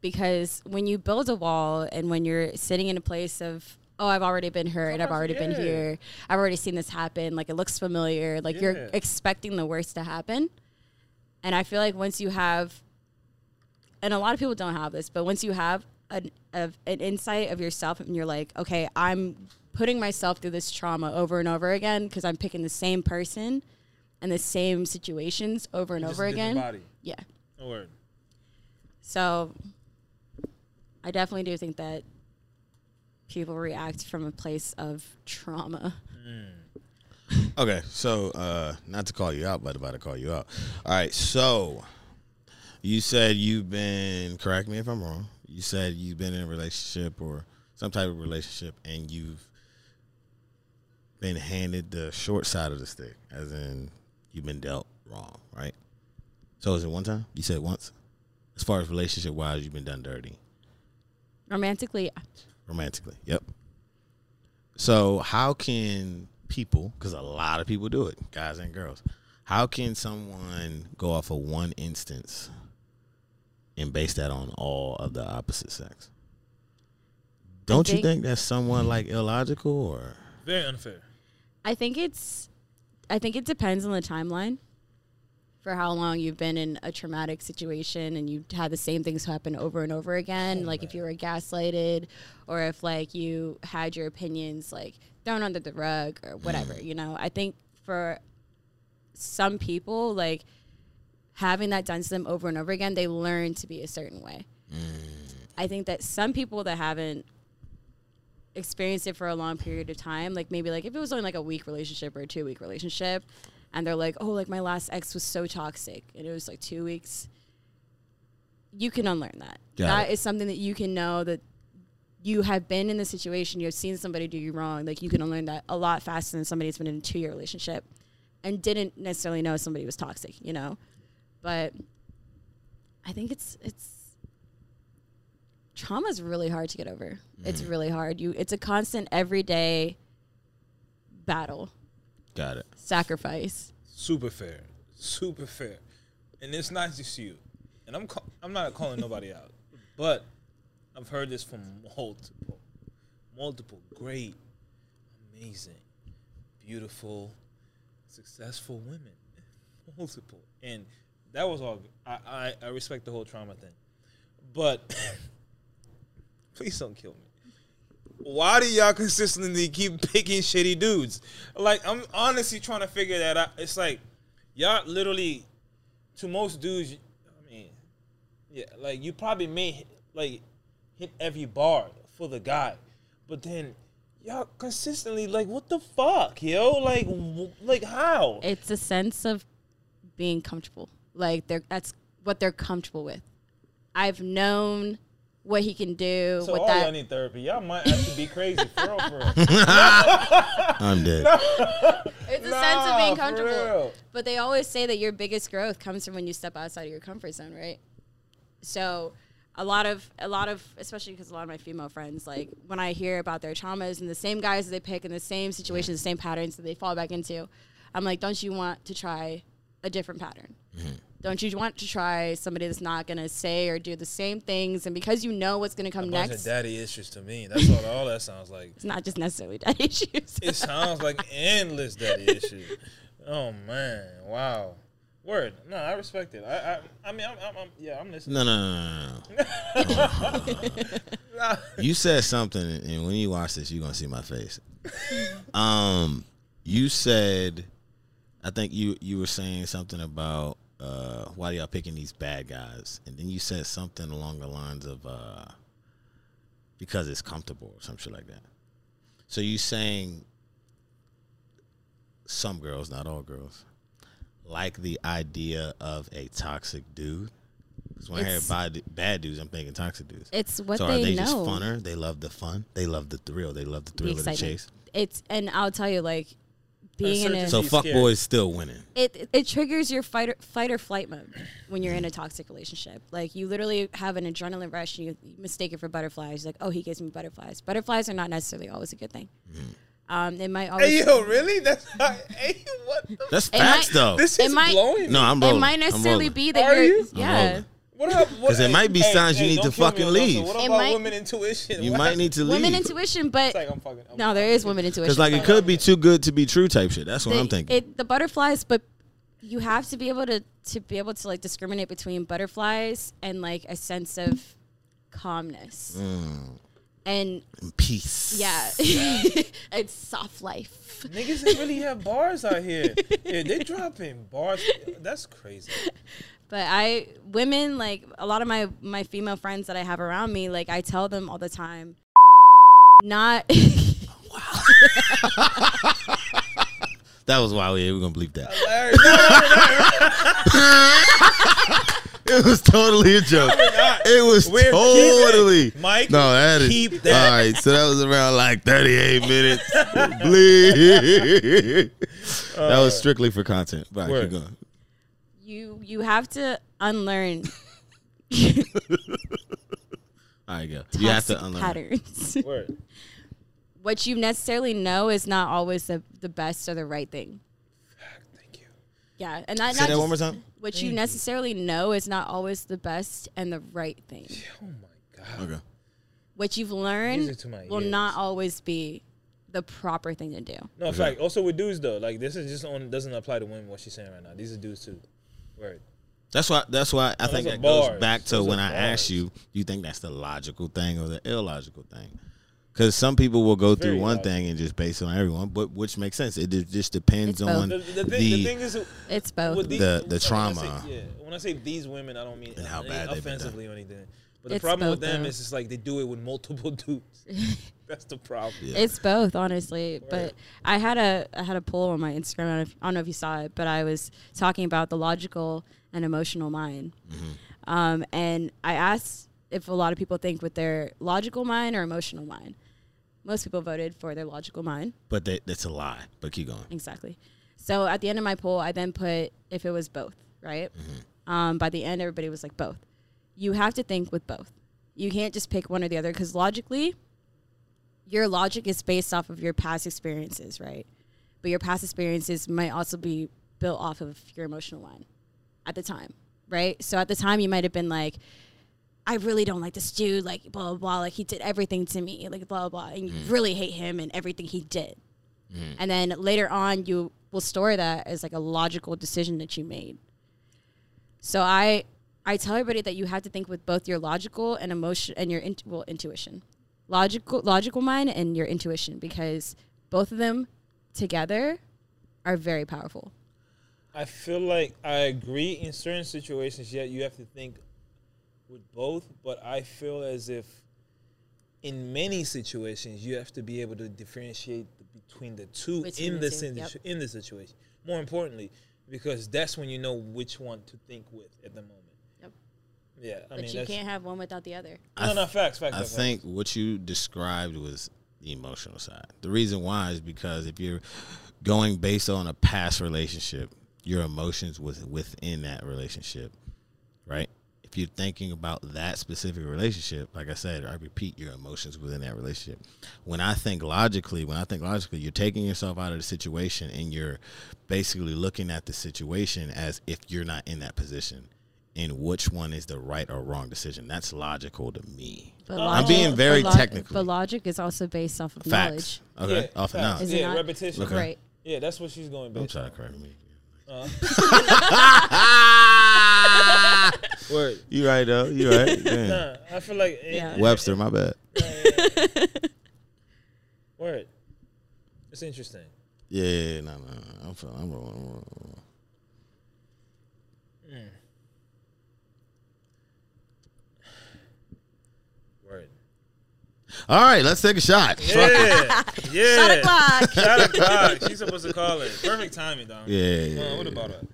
Speaker 2: Because when you build a wall and when you're sitting in a place of, oh, I've already been hurt, I've
Speaker 3: Sometimes,
Speaker 2: already been
Speaker 3: yeah.
Speaker 2: here, I've already seen this happen, like it looks familiar, like you're
Speaker 3: Yeah.
Speaker 2: expecting the worst to happen. And I feel like once you have, and a lot of people don't have this, but once you have an, of, an insight of yourself and you're like, okay, I'm putting myself through this trauma over and over again because I'm picking the same person and the same situations over and
Speaker 3: Just
Speaker 2: over
Speaker 3: a different
Speaker 2: again.
Speaker 3: Body.
Speaker 2: Yeah.
Speaker 3: No word.
Speaker 2: So I definitely do think that people react from a place of trauma.
Speaker 1: Okay, so uh not to call you out, but about to call you out. All right, so you said you've been correct me if I'm wrong. You said you've been in a relationship or some type of relationship and you've been handed the short side of the stick, as in you've been dealt wrong, right? So is it one time? You said once? As far as relationship wise, you've been done dirty.
Speaker 2: Romantically,
Speaker 1: romantically. Yep. So how can people? Because a lot of people do it, guys and girls. How can someone go off of one instance and base that on all of the opposite sex? Don't you
Speaker 2: think-
Speaker 1: think that's somewhat like illogical or
Speaker 3: Very unfair.
Speaker 2: I think it's I think it depends on the timeline for how long you've been in a traumatic situation and you had the same things happen over and over again. like if you were gaslighted or if like you had your opinions like thrown under the rug or whatever, you know. I think for some people, like having that done to them over and over again, they learn to be a certain way.
Speaker 1: Mm.
Speaker 2: I think that some people that haven't experienced it for a long period of time, like maybe like if it was only like a week relationship or a two week relationship, and they're like, oh, like my last ex was so toxic, and it was like two weeks. You can unlearn that. That is
Speaker 1: Got it.
Speaker 2: something that you can know that you have been in the situation, you have seen somebody do you wrong. Like you can unlearn that a lot faster than somebody that's been in a two year relationship and didn't necessarily know somebody was toxic, you know? But I think it's it's trauma's really hard to get over. It's really hard. You it's a constant everyday battle,
Speaker 1: got it?
Speaker 2: sacrifice.
Speaker 3: Super fair. Super fair. And it's not just you. And I'm call- I'm not calling nobody out, but I've heard this from multiple, multiple great, amazing, beautiful, successful women, multiple. And that was all. I I, I respect the whole trauma thing, but please don't kill me why do y'all consistently keep picking shitty dudes? Like, I'm honestly trying to figure that out. It's like, y'all literally, to most dudes, I mean, yeah, like, you probably may, hit- like, hit every bar for the guy. But then, y'all consistently, like, what the fuck, yo? Like, w- like how?
Speaker 2: It's a sense of being comfortable. Like they're that's what they're comfortable with. I've known what he can do,
Speaker 3: So, oh,
Speaker 2: what
Speaker 3: all y'all
Speaker 2: that
Speaker 3: need therapy. Y'all might actually be crazy. For real, for real.
Speaker 1: I'm dead.
Speaker 2: it's a sense of being
Speaker 3: Nah, for
Speaker 2: comfortable.
Speaker 3: real.
Speaker 2: But they always say that your biggest growth comes from when you step outside of your comfort zone, right? So a lot of a lot of especially because a lot of my female friends like when I hear about their traumas and the same guys that they pick and the same situations, the same patterns that they fall back into, I'm like, don't you want to try a different pattern?
Speaker 3: Mm-hmm.
Speaker 2: Don't you want to try somebody that's not gonna say or do the same things? And because you know what's gonna come
Speaker 3: Bunch of
Speaker 2: next,
Speaker 3: daddy issues to me. That's what all that sounds like.
Speaker 2: it's not just necessarily daddy issues.
Speaker 3: It sounds like endless daddy issues. Oh man, wow. Word. No, I respect it. I I, I mean, I'm, I'm, I'm yeah, I'm listening.
Speaker 1: No, no, no, no, no, no. you said something, and when you watch this, you're gonna see my face. Um, you said, I think you you were saying something about uh, why y'all picking these bad guys, and then you said something along the lines of uh, because it's comfortable or some shit like that. So you saying some girls, not all girls, like the idea of a toxic dude. Because when
Speaker 2: It's-
Speaker 1: I hear bad, bad dudes, I'm thinking toxic dudes.
Speaker 2: It's what
Speaker 1: so
Speaker 2: they,
Speaker 1: are they
Speaker 2: know.
Speaker 1: just funner? They love the fun. They love the thrill. They love the thrill of the chase.
Speaker 2: It's and I'll tell you like being in a
Speaker 3: Uncertainty.
Speaker 1: So
Speaker 3: He's
Speaker 1: fuck
Speaker 3: scared.
Speaker 1: boys still winning.
Speaker 2: it it triggers your fight or, fight or flight mode when you're in a toxic relationship. Like you literally have an adrenaline rush and you mistake it for butterflies. Like oh, he gives me butterflies. Butterflies are not necessarily always a good thing.
Speaker 1: Mm-hmm.
Speaker 2: Um, it might always
Speaker 3: Hey yo, really? That's not, hey, what? The,
Speaker 1: That's
Speaker 2: It
Speaker 1: facts
Speaker 2: might-
Speaker 1: though.
Speaker 3: this is
Speaker 2: It might-
Speaker 3: blowing.
Speaker 1: no, I'm rolling.
Speaker 2: it might
Speaker 1: I'm
Speaker 2: necessarily
Speaker 1: rolling.
Speaker 2: be that
Speaker 3: Are
Speaker 2: you're
Speaker 3: you?
Speaker 1: I'm
Speaker 2: yeah.
Speaker 1: rolling.
Speaker 3: What up?
Speaker 1: 'Cause there might be signs you need
Speaker 3: don't
Speaker 1: to
Speaker 3: kill me,
Speaker 1: fucking
Speaker 3: Rosa.
Speaker 1: leave.
Speaker 3: What
Speaker 2: It
Speaker 3: about
Speaker 2: might-
Speaker 3: women intuition?
Speaker 1: You
Speaker 3: What?
Speaker 1: might need to leave.
Speaker 2: Women intuition, but
Speaker 3: It's like I'm fucking. I'm
Speaker 2: no, there is women intuition.
Speaker 1: Cause like it
Speaker 2: but
Speaker 1: could be too good to be true type shit. That's what
Speaker 2: the-
Speaker 1: I'm thinking.
Speaker 2: It, the butterflies, but you have to be able to to be able to like discriminate between butterflies and like a sense of calmness
Speaker 1: Mm.
Speaker 2: and
Speaker 1: Peace.
Speaker 2: Yeah. it's soft life.
Speaker 3: Niggas they really have bars out here. Yeah, they dropping bars. That's crazy.
Speaker 2: But I women like a lot of my my female friends that I have around me like I tell them all the time not
Speaker 1: That was why we we're gonna believe that.
Speaker 3: Larry, no,
Speaker 1: It was totally a joke. It was
Speaker 3: We're
Speaker 1: totally
Speaker 3: keeping- Mike,
Speaker 1: No, that is
Speaker 3: keep that.
Speaker 1: all right. So that was around like 38 minutes. Bleed. that was strictly for content. But I
Speaker 3: Uh, Word.
Speaker 1: keep going.
Speaker 2: you you have to unlearn
Speaker 1: All right, go.
Speaker 2: toxic
Speaker 1: You have to unlearn.
Speaker 2: patterns.
Speaker 3: Word.
Speaker 2: what you necessarily know is not always the, the best or the right thing.
Speaker 3: Thank you.
Speaker 2: Yeah, and not,
Speaker 1: Say
Speaker 2: not
Speaker 1: that one
Speaker 2: just-
Speaker 1: more time.
Speaker 2: What you necessarily know is not always the best and the right thing.
Speaker 3: Oh my god.
Speaker 1: Okay.
Speaker 2: What you've
Speaker 3: These are
Speaker 2: learned
Speaker 3: to my
Speaker 2: will
Speaker 3: ears.
Speaker 2: not always be the proper thing to do.
Speaker 3: No, fact. Also with dudes though, like this is just on doesn't apply to women. What she's saying right now. These are dudes too. Word.
Speaker 1: That's why. That's why I think
Speaker 3: those
Speaker 1: that
Speaker 3: are
Speaker 1: goes
Speaker 3: bars.
Speaker 1: back to
Speaker 3: Those are
Speaker 1: when I asked
Speaker 3: bars.
Speaker 1: you, do you think that's the logical thing or the illogical thing? Because some people will go through
Speaker 3: very
Speaker 1: one
Speaker 3: logical.
Speaker 1: thing and just base it on everyone, but which makes sense. It just- just depends
Speaker 2: It's both.
Speaker 1: on
Speaker 3: The,
Speaker 1: the,
Speaker 3: the, thing, the thing is,
Speaker 2: It's both.
Speaker 3: with these-
Speaker 1: the- the
Speaker 3: when I say-
Speaker 1: trauma.
Speaker 3: yeah, when I say these women, I don't mean
Speaker 1: how
Speaker 3: any-
Speaker 1: bad they've been
Speaker 3: offensively or anything. But the
Speaker 2: It's
Speaker 3: problem with
Speaker 2: both,
Speaker 3: them
Speaker 2: though.
Speaker 3: is it's like they do it with multiple dudes. That's the problem.
Speaker 2: It's both, honestly. But I had a I had a poll on my Instagram. I don't know if, I don't know if you saw it, but I was talking about the logical and emotional mind,
Speaker 3: Mm-hmm.
Speaker 2: um, and I asked if a lot of people think with their logical mind or emotional mind. Most people voted for their logical mind.
Speaker 1: but that, that's a lie. But keep going.
Speaker 2: Exactly. So at the end of my poll, I then put if it was both, right? Um, by the end, everybody was like both. You have to think with both. You can't just pick one or the other because logically, your logic is based off of your past experiences, right? But your past experiences might also be built off of your emotional line at the time, right? So at the time, you might have been like, I really don't like this dude, like blah blah blah, like he did everything to me, like blah blah, blah. and you really hate him and everything he did. And then later on, you will store that as like a logical decision that you made. So I I tell everybody that you have to think with both your logical and emotion and your int- well, intuition, logical logical mind and your intuition because both of them together are very powerful.
Speaker 3: I feel like I agree in certain situations, yet you have to think with both. But I feel as if in many situations you have to be able to differentiate between the two
Speaker 2: Between the
Speaker 3: in the,
Speaker 2: two,
Speaker 3: sin-
Speaker 2: yep.
Speaker 3: in the situation. More importantly, because that's when you know which one to think with at the moment.
Speaker 2: Yep.
Speaker 3: Yeah, I
Speaker 2: But
Speaker 3: mean
Speaker 2: you
Speaker 3: that's
Speaker 2: can't have one without the other.
Speaker 1: I
Speaker 3: no, no,
Speaker 1: th-
Speaker 3: facts, facts.
Speaker 1: I
Speaker 3: facts, facts.
Speaker 1: think what you described was the emotional side. The reason why is because if you're going based on a past relationship, your emotions was within that relationship, right? If you're thinking about that specific relationship, like I said, I repeat your emotions within that relationship. When I think logically, when I think logically, you're taking yourself out of the situation and you're basically looking at the situation as if you're not in that position and which one is the right or wrong decision. That's logical to me.
Speaker 2: But
Speaker 1: I'm being very
Speaker 2: but log-
Speaker 1: technical.
Speaker 2: But logic is also based off of
Speaker 1: Facts. Okay.
Speaker 3: Yeah,
Speaker 1: Off and
Speaker 3: facts.
Speaker 1: on.
Speaker 2: knowledge. Is it
Speaker 3: Yeah,
Speaker 2: not?
Speaker 3: repetition.
Speaker 2: knowledge.
Speaker 1: Okay.
Speaker 2: Right.
Speaker 3: Yeah, that's what she's going
Speaker 1: I'm
Speaker 3: based.
Speaker 1: trying to correct me.
Speaker 3: Uh-huh. Word.
Speaker 1: You right though. You right. Yeah.
Speaker 3: Nah, I feel like eh,
Speaker 2: Yeah.
Speaker 1: Webster, my bad.
Speaker 3: word. It's interesting.
Speaker 1: Yeah, yeah, yeah, no, no, no. I'm feeling, I'm rolling, I'm rolling, I'm rolling.
Speaker 3: Word.
Speaker 1: All right, let's take a shot. Fuck it.
Speaker 3: Yeah, yeah.
Speaker 2: Clock.
Speaker 3: Shot o'clock. She's supposed to call it. Perfect timing, dog.
Speaker 1: Yeah, yeah,
Speaker 3: Uh,
Speaker 1: yeah,
Speaker 3: what
Speaker 1: yeah.
Speaker 3: about it?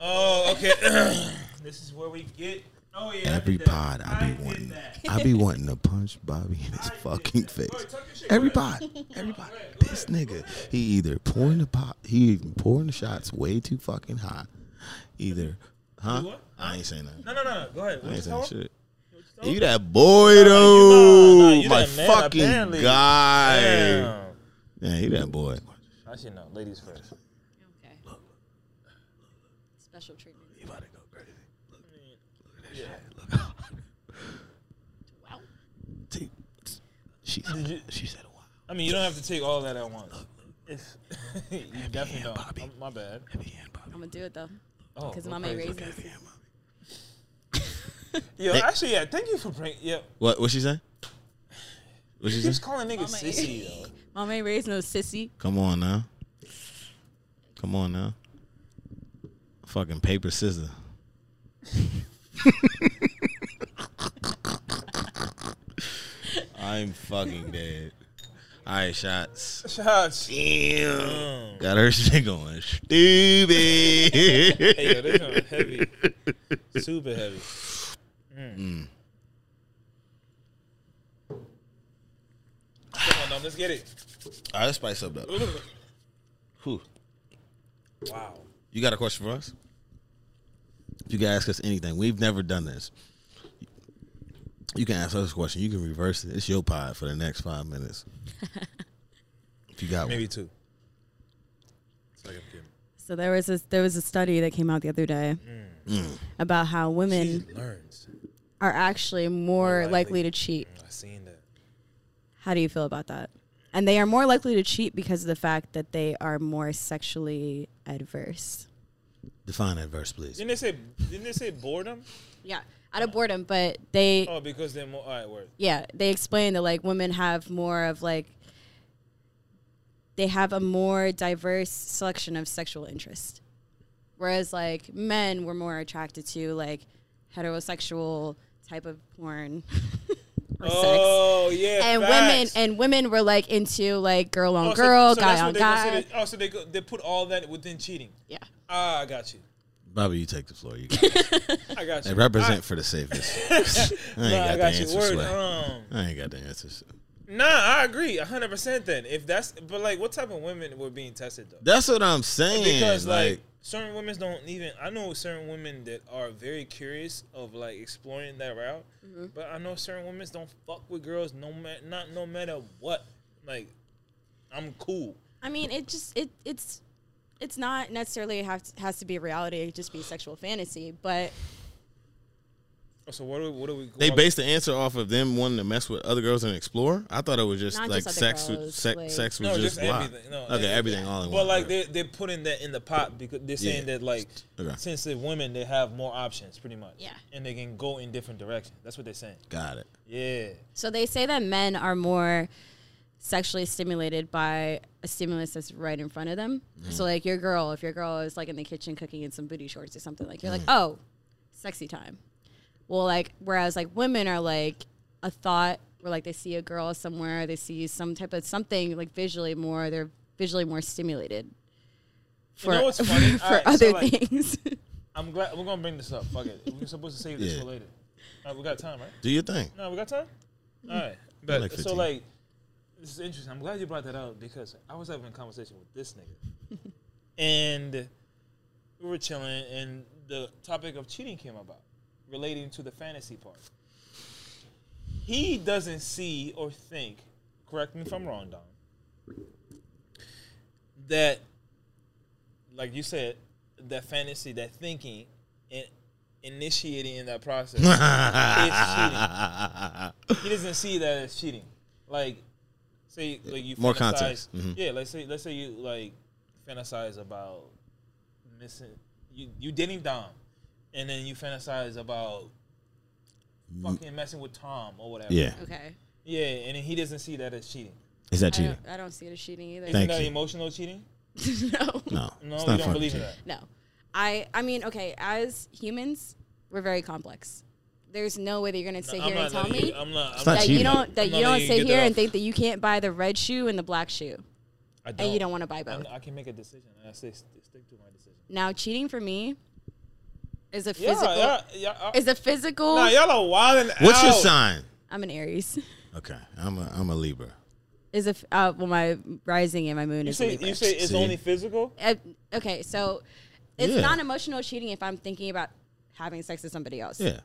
Speaker 3: Oh, okay. this is where we get
Speaker 5: Oh yeah.
Speaker 1: Every pod, I be wanting, I be wanting to punch Bobby in his fucking
Speaker 3: Oh,
Speaker 1: face. Every pod, every pod. This nigga, he either pouring the pot, he either pouring the shots way too fucking hot. Either, huh?
Speaker 3: what?
Speaker 1: I ain't saying nothing.
Speaker 3: No, no, no. Go ahead.
Speaker 1: I
Speaker 3: What you
Speaker 1: ain't saying
Speaker 3: talking
Speaker 1: shit. You that boy though,
Speaker 3: nah, you
Speaker 1: my
Speaker 3: that man,
Speaker 1: fucking
Speaker 3: apparently.
Speaker 1: guy.
Speaker 3: about?
Speaker 1: Yeah, you that boy.
Speaker 3: Damn. Actually, no. Ladies first.
Speaker 2: Okay. Special treatment.
Speaker 1: You about to go crazy.
Speaker 2: Wow.
Speaker 1: See, She
Speaker 3: Did you-
Speaker 1: said, she said, wow.
Speaker 3: I mean, you don't have to take all that at once. If you definitely
Speaker 1: hand,
Speaker 3: don't.
Speaker 1: Bobby.
Speaker 3: I'm- my bad.
Speaker 1: Heavy hand, Bobby.
Speaker 2: I'm gonna do it though,
Speaker 3: Oh,
Speaker 2: cause
Speaker 3: go
Speaker 2: my made
Speaker 3: crazy.
Speaker 2: raisins.
Speaker 1: Heavy hand, Bobby.
Speaker 3: Yo,
Speaker 1: Hey.
Speaker 3: actually, yeah. Thank you for bringing. Yeah,
Speaker 1: What? What she say? What she
Speaker 3: just
Speaker 1: say?
Speaker 3: calling niggas
Speaker 2: Mama.
Speaker 3: sissy. Yo.
Speaker 2: Mom ain't raised no sissy.
Speaker 1: Come on now. Come on now. Fucking paper scissors. I'm fucking dead. All right, shots.
Speaker 3: Shots. Mm.
Speaker 1: Damn. Got her shit going stupid.
Speaker 3: Hey, yo, this one heavy, super heavy. Mm. Come on, Dom, let's get it.
Speaker 1: All right, let's spice up though. Whew.
Speaker 3: Wow.
Speaker 1: You got a question for us? You can ask us anything. We've never done this. You can ask us a question. You can reverse it. It's your pod for the next five minutes. if you got
Speaker 3: Maybe
Speaker 1: one.
Speaker 3: two. It's like I'm kidding.
Speaker 2: So there was this, there was a study that came out the other day about how women
Speaker 3: She learns.
Speaker 2: are actually more
Speaker 3: More likely. Mm.
Speaker 2: likely to cheat.
Speaker 3: I seen that.
Speaker 2: How do you feel about that? And they are more likely to cheat because of the fact that they are more sexually adverse.
Speaker 1: Define that verse, please.
Speaker 3: Didn't they say? Didn't they say boredom?
Speaker 2: Yeah, out of boredom, but they
Speaker 3: Oh, because they're more. All right, word.
Speaker 2: yeah, they explain that like women have more of like they have a more diverse selection of sexual interest. Whereas like men were more attracted to like heterosexual type of porn or sex.
Speaker 3: Oh yeah.
Speaker 2: And women
Speaker 3: facts.
Speaker 2: and women were like into like girl on
Speaker 3: Oh, so-
Speaker 2: girl,
Speaker 3: so
Speaker 2: guy
Speaker 3: that's what
Speaker 2: on
Speaker 3: they consider-
Speaker 2: guy.
Speaker 3: Oh, so they go, they put all that within cheating.
Speaker 2: yeah.
Speaker 3: Ah, I got you.
Speaker 1: Bobby, you take the floor. You got it.
Speaker 3: I got you.
Speaker 1: And represent for the safest. I ain't
Speaker 3: I, nah,
Speaker 1: got,
Speaker 3: I
Speaker 1: the
Speaker 3: got you.
Speaker 1: answer.
Speaker 3: Word.
Speaker 1: Swag.
Speaker 3: Um,
Speaker 1: I ain't got the answers.
Speaker 3: nah, I agree, hundred percent. Then if that's, but like, what type of women were being tested though?
Speaker 1: That's what I'm saying.
Speaker 3: because like,
Speaker 1: like
Speaker 3: certain women don't even. I know certain women that are very curious of like exploring that route, but I know certain women don't fuck with girls no ma- not no matter what. Like, I'm cool.
Speaker 2: I mean, it just it it's it's not necessarily have to, has to be reality, it just be sexual fantasy, but
Speaker 3: Oh, So what are we, what are we?
Speaker 1: They
Speaker 3: what-
Speaker 1: based the answer off of them wanting to mess with other girls and explore. I thought it was just
Speaker 2: Not
Speaker 1: like
Speaker 2: just uh, other
Speaker 1: sex,
Speaker 2: girls,
Speaker 1: with, sex,
Speaker 2: like-
Speaker 1: sex was
Speaker 3: No,
Speaker 1: just,
Speaker 3: just
Speaker 1: why.
Speaker 3: everything. No,
Speaker 1: okay,
Speaker 3: everything.
Speaker 1: everything all in one.
Speaker 3: But like
Speaker 1: Okay.
Speaker 3: they they're putting that in the pot because they're saying
Speaker 1: Yeah.
Speaker 3: that like
Speaker 1: Okay.
Speaker 3: since they're women they have more options pretty much.
Speaker 2: Yeah.
Speaker 3: And they can go in different directions. That's what they're saying.
Speaker 1: got it.
Speaker 3: Yeah.
Speaker 2: So they say that men are more sexually stimulated by a stimulus that's right in front of them. So like your girl, if your girl is like in the kitchen cooking in some booty shorts or something, like you're like, oh, sexy time. Well, like whereas like women are like a thought where like they see a girl somewhere, they see some type of something like visually more, they're visually more stimulated. For,
Speaker 3: know what's funny?
Speaker 2: for
Speaker 3: Alright, so,
Speaker 2: other
Speaker 3: like-
Speaker 2: things.
Speaker 3: I'm glad we're gonna bring this up. Fuck it. We're supposed to save this
Speaker 1: Yeah.
Speaker 3: for later. All right, we got time, right?
Speaker 1: Do your thing.
Speaker 3: No, we got time? All right. But
Speaker 1: Like
Speaker 3: so
Speaker 1: 15.
Speaker 3: like this is interesting. I'm glad you brought that up because I was having a conversation with this nigga. and we were chilling and the topic of cheating came about relating to the fantasy part. He doesn't see or think, correct me if I'm wrong, Don, that like you said, that fantasy, that thinking and initiating in that process is cheating. He doesn't see that as cheating. Like say like you
Speaker 1: More
Speaker 3: fantasize-
Speaker 1: context. Mhm.
Speaker 3: Yeah, let's say let's say you like fantasize about missing you you dating Dom and then you fantasize about fucking messing with Tom or whatever.
Speaker 1: Mm. Yeah.
Speaker 2: okay.
Speaker 3: Yeah, and then he doesn't see that as cheating.
Speaker 1: Is that
Speaker 2: I
Speaker 1: cheating?
Speaker 2: don't, I don't see it as cheating either.
Speaker 1: Thank
Speaker 3: Isn't that
Speaker 1: you.
Speaker 3: emotional cheating?
Speaker 2: no.
Speaker 1: No.
Speaker 3: No,
Speaker 1: it's
Speaker 3: you
Speaker 1: not
Speaker 3: don't
Speaker 1: fucking
Speaker 3: believe
Speaker 1: cheating.
Speaker 3: in that.
Speaker 2: No. I I mean, okay, as humans, we're very complex. There's no way that you're gonna sit
Speaker 3: I'm
Speaker 2: here and
Speaker 3: not
Speaker 2: tell
Speaker 3: letting
Speaker 2: me
Speaker 3: You, I'm not. I'm
Speaker 1: not
Speaker 3: not
Speaker 2: that
Speaker 1: cheating.
Speaker 2: you don't that
Speaker 3: I'm
Speaker 2: you
Speaker 3: not
Speaker 2: don't
Speaker 3: letting you
Speaker 2: sit
Speaker 3: get
Speaker 2: here
Speaker 3: that
Speaker 2: and
Speaker 3: off.
Speaker 2: think that you can't buy the red shoe and the black shoe.
Speaker 3: I don't.
Speaker 2: and you don't wanna buy
Speaker 3: I'm-
Speaker 2: both.
Speaker 3: I can make a decision. and I say st- stick to my decision.
Speaker 2: Now cheating for me Is a
Speaker 3: Yeah,
Speaker 2: physical?
Speaker 3: yeah, yeah.
Speaker 2: Is a physical?
Speaker 3: Nah, y'all are wilding
Speaker 1: What's your
Speaker 3: out.
Speaker 1: sign?
Speaker 2: I'm an Aries.
Speaker 1: Okay, I'm a I'm a Libra.
Speaker 2: Is a f- uh, well, my rising and my moon
Speaker 3: You
Speaker 2: is
Speaker 3: say
Speaker 2: Libra.
Speaker 3: you say it's
Speaker 1: See?
Speaker 3: only physical.
Speaker 2: Uh, okay, so it's
Speaker 1: Yeah.
Speaker 2: not emotional cheating if I'm thinking about having sex with somebody else.
Speaker 1: Yeah,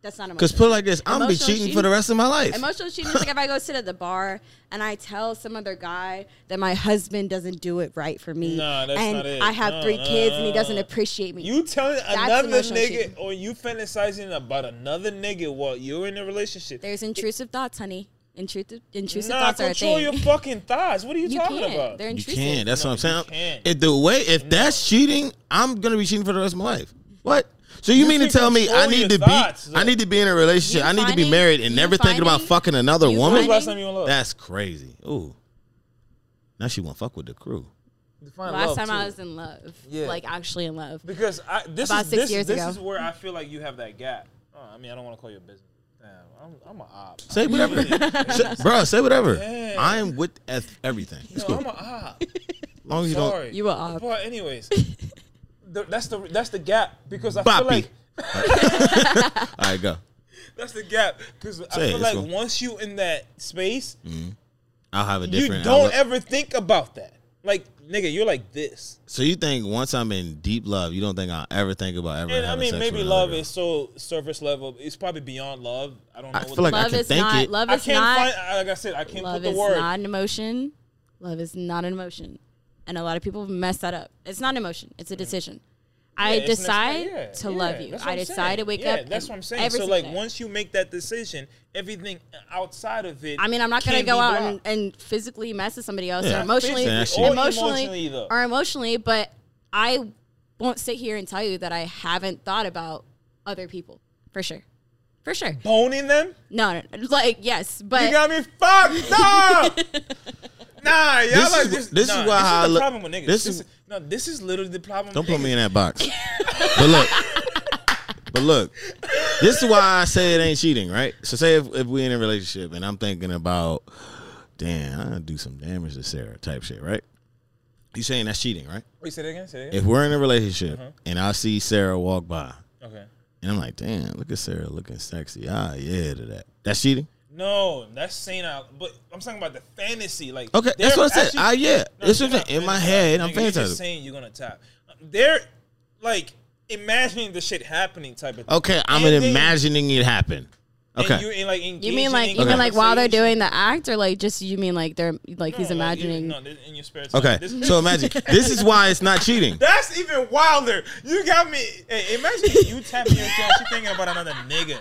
Speaker 2: That's not
Speaker 1: because
Speaker 2: emotional.
Speaker 1: put it like this, I'm gonna be
Speaker 2: Emotional
Speaker 1: cheating, for
Speaker 2: cheating-
Speaker 1: the rest of my life.
Speaker 2: Emotional cheating is like if I go sit at the bar and I tell some other guy that my husband doesn't do it right for me,
Speaker 3: Nah, that's
Speaker 2: and
Speaker 3: not it.
Speaker 2: I have
Speaker 3: No,
Speaker 2: three
Speaker 3: no,
Speaker 2: kids
Speaker 3: no,
Speaker 2: and he
Speaker 3: no.
Speaker 2: doesn't appreciate me.
Speaker 3: You telling another
Speaker 2: emotional
Speaker 3: nigga
Speaker 2: cheating.
Speaker 3: or you fantasizing about another nigga while you're in a relationship.
Speaker 2: There's intrusive thoughts, honey. Intrusive, intrusive
Speaker 3: Nah,
Speaker 2: thoughts are a
Speaker 3: control
Speaker 2: thing.
Speaker 3: your fucking thighs. What are you,
Speaker 2: you
Speaker 3: talking
Speaker 2: can't.
Speaker 3: about?
Speaker 2: They're
Speaker 1: you
Speaker 2: intrusive.
Speaker 1: can't. That's
Speaker 3: No,
Speaker 1: what I'm
Speaker 3: you
Speaker 1: saying.
Speaker 3: can't.
Speaker 1: If the way if that's cheating, I'm gonna be cheating for the rest of my life. What? So you, mean to
Speaker 3: can
Speaker 1: tell me I
Speaker 3: control your
Speaker 1: need to be
Speaker 3: thoughts, though.
Speaker 1: I need to be in a relationship,
Speaker 2: You
Speaker 1: I need to be
Speaker 2: finding-
Speaker 1: married, and
Speaker 2: you
Speaker 1: never thinking about
Speaker 2: finding-
Speaker 1: fucking another
Speaker 2: you
Speaker 3: When was
Speaker 1: woman?
Speaker 3: the
Speaker 2: finding-
Speaker 3: last time you in love?
Speaker 1: That's crazy. Ooh, now she won't fuck with the crew.
Speaker 3: Define
Speaker 2: Last
Speaker 3: love,
Speaker 2: time I
Speaker 3: too.
Speaker 2: was in love,
Speaker 3: Yeah.
Speaker 2: like actually in love.
Speaker 3: because I, this
Speaker 2: About
Speaker 3: is
Speaker 2: six
Speaker 3: this,
Speaker 2: years
Speaker 3: this
Speaker 2: ago.
Speaker 3: is where I feel like you have that gap. Oh, I mean, I don't want to call you a business. Damn, I'm, I'm a op.
Speaker 1: Say whatever, Say- bro. Say whatever.
Speaker 3: Yeah.
Speaker 1: I'm with eth- everything. It's
Speaker 3: No,
Speaker 1: cool.
Speaker 3: I'm a op.
Speaker 1: As long as you don't.
Speaker 3: Sorry,
Speaker 2: You a op.
Speaker 3: But anyways, the, that's the that's the gap because I feel
Speaker 1: Boppy.
Speaker 3: like
Speaker 1: All right, go.
Speaker 3: that's the gap because I
Speaker 1: Say it,
Speaker 3: feel
Speaker 1: it's
Speaker 3: like
Speaker 1: cool.
Speaker 3: once you in that space,
Speaker 1: I'll have a
Speaker 3: you
Speaker 1: different.
Speaker 3: don't
Speaker 1: outlook.
Speaker 3: ever think about that. Like nigga, you're like this.
Speaker 1: so you think once I'm in deep love, you don't think I'll ever think about ever.
Speaker 3: And I
Speaker 1: having
Speaker 3: mean,
Speaker 1: sex
Speaker 3: maybe
Speaker 1: with another
Speaker 3: love
Speaker 1: girl?
Speaker 3: is so surface level. It's probably beyond love. I don't know.
Speaker 1: I
Speaker 3: what
Speaker 1: feel like
Speaker 3: the-
Speaker 1: I
Speaker 2: Love
Speaker 1: can
Speaker 2: is
Speaker 1: think
Speaker 2: not.
Speaker 1: it.
Speaker 2: Love
Speaker 3: I
Speaker 2: is
Speaker 3: can't
Speaker 2: not.
Speaker 3: find. Like I said, I can't
Speaker 2: Love
Speaker 3: put
Speaker 2: is
Speaker 3: the word.
Speaker 2: not an emotion. Love is not an emotion. And a lot of people mess that up. It's not an emotion. It's a decision. I
Speaker 3: Yeah, it's an
Speaker 2: decide
Speaker 3: expe- yeah,
Speaker 2: to love
Speaker 3: yeah,
Speaker 2: you.
Speaker 3: that's what
Speaker 2: I
Speaker 3: I'm
Speaker 2: decide
Speaker 3: saying.
Speaker 2: to wake
Speaker 3: yeah,
Speaker 2: up.
Speaker 3: That's
Speaker 2: and
Speaker 3: what I'm saying.
Speaker 2: every
Speaker 3: So
Speaker 2: single
Speaker 3: like
Speaker 2: day.
Speaker 3: once you make that decision, everything outside of it.
Speaker 2: I mean, I'm not gonna
Speaker 3: can
Speaker 2: go
Speaker 3: be
Speaker 2: out and,
Speaker 3: blocked.
Speaker 2: and physically mess with somebody else
Speaker 1: Yeah.
Speaker 2: or
Speaker 1: Not
Speaker 2: emotionally,
Speaker 1: physically or
Speaker 2: emotionally,
Speaker 3: emotionally, though.
Speaker 2: or emotionally. But I won't sit here and tell you that I haven't thought about other people for sure, for sure.
Speaker 3: boning them.
Speaker 2: No, no, no. like yes, but
Speaker 3: You got me fucked up. nah, y'all
Speaker 1: This
Speaker 3: like
Speaker 1: is-
Speaker 3: this.
Speaker 1: this is
Speaker 3: nah,
Speaker 1: why
Speaker 3: this
Speaker 1: I
Speaker 3: is the
Speaker 1: look-
Speaker 3: problem with niggas.
Speaker 1: this
Speaker 3: This,
Speaker 1: is-
Speaker 3: is no. This is literally the problem.
Speaker 1: Don't
Speaker 3: with
Speaker 1: put me
Speaker 3: niggas.
Speaker 1: in that box. but look, but look, this is why I say it ain't cheating, right? So say if, if we in a relationship and I'm thinking about, damn, I do some damage to Sarah type shit, right? You saying that's cheating, right?
Speaker 3: Wait, say that again. Say that again.
Speaker 1: If we're in a relationship and I see Sarah walk by
Speaker 3: okay.
Speaker 1: and I'm like, damn, look at Sarah looking sexy. Ah, yeah, to that. That's cheating.
Speaker 3: No, that's saying out. But I'm talking about the fantasy. Like
Speaker 1: Okay, that's
Speaker 3: they're
Speaker 1: what I said.
Speaker 3: actually-
Speaker 1: Ah, yeah,
Speaker 3: No,
Speaker 1: that's
Speaker 3: you're
Speaker 1: what I'm
Speaker 3: not
Speaker 1: saying. In my
Speaker 3: fantasizing.
Speaker 1: head, I'm
Speaker 3: Nigga, You're just
Speaker 1: fantasizing.
Speaker 3: saying you're gonna tap. They're like imagining the shit happening type of. thing.
Speaker 1: Okay, I'm
Speaker 3: And then-
Speaker 1: imagining it happen.
Speaker 3: and
Speaker 1: Okay,
Speaker 3: You, and, like,
Speaker 2: You
Speaker 3: engaging
Speaker 2: mean like
Speaker 3: in
Speaker 2: you mean like while they're
Speaker 3: conversation.
Speaker 2: doing the act, or like just you mean like they're like he's
Speaker 1: Mm,
Speaker 3: No, like, you-
Speaker 2: imagining?
Speaker 3: no, this- in your spare time.
Speaker 1: Okay,
Speaker 3: This-
Speaker 1: so imagine this is why it's not cheating.
Speaker 3: That's even wilder. You got me. Hey, imagine you tapping your toe. She thinking about another nigga.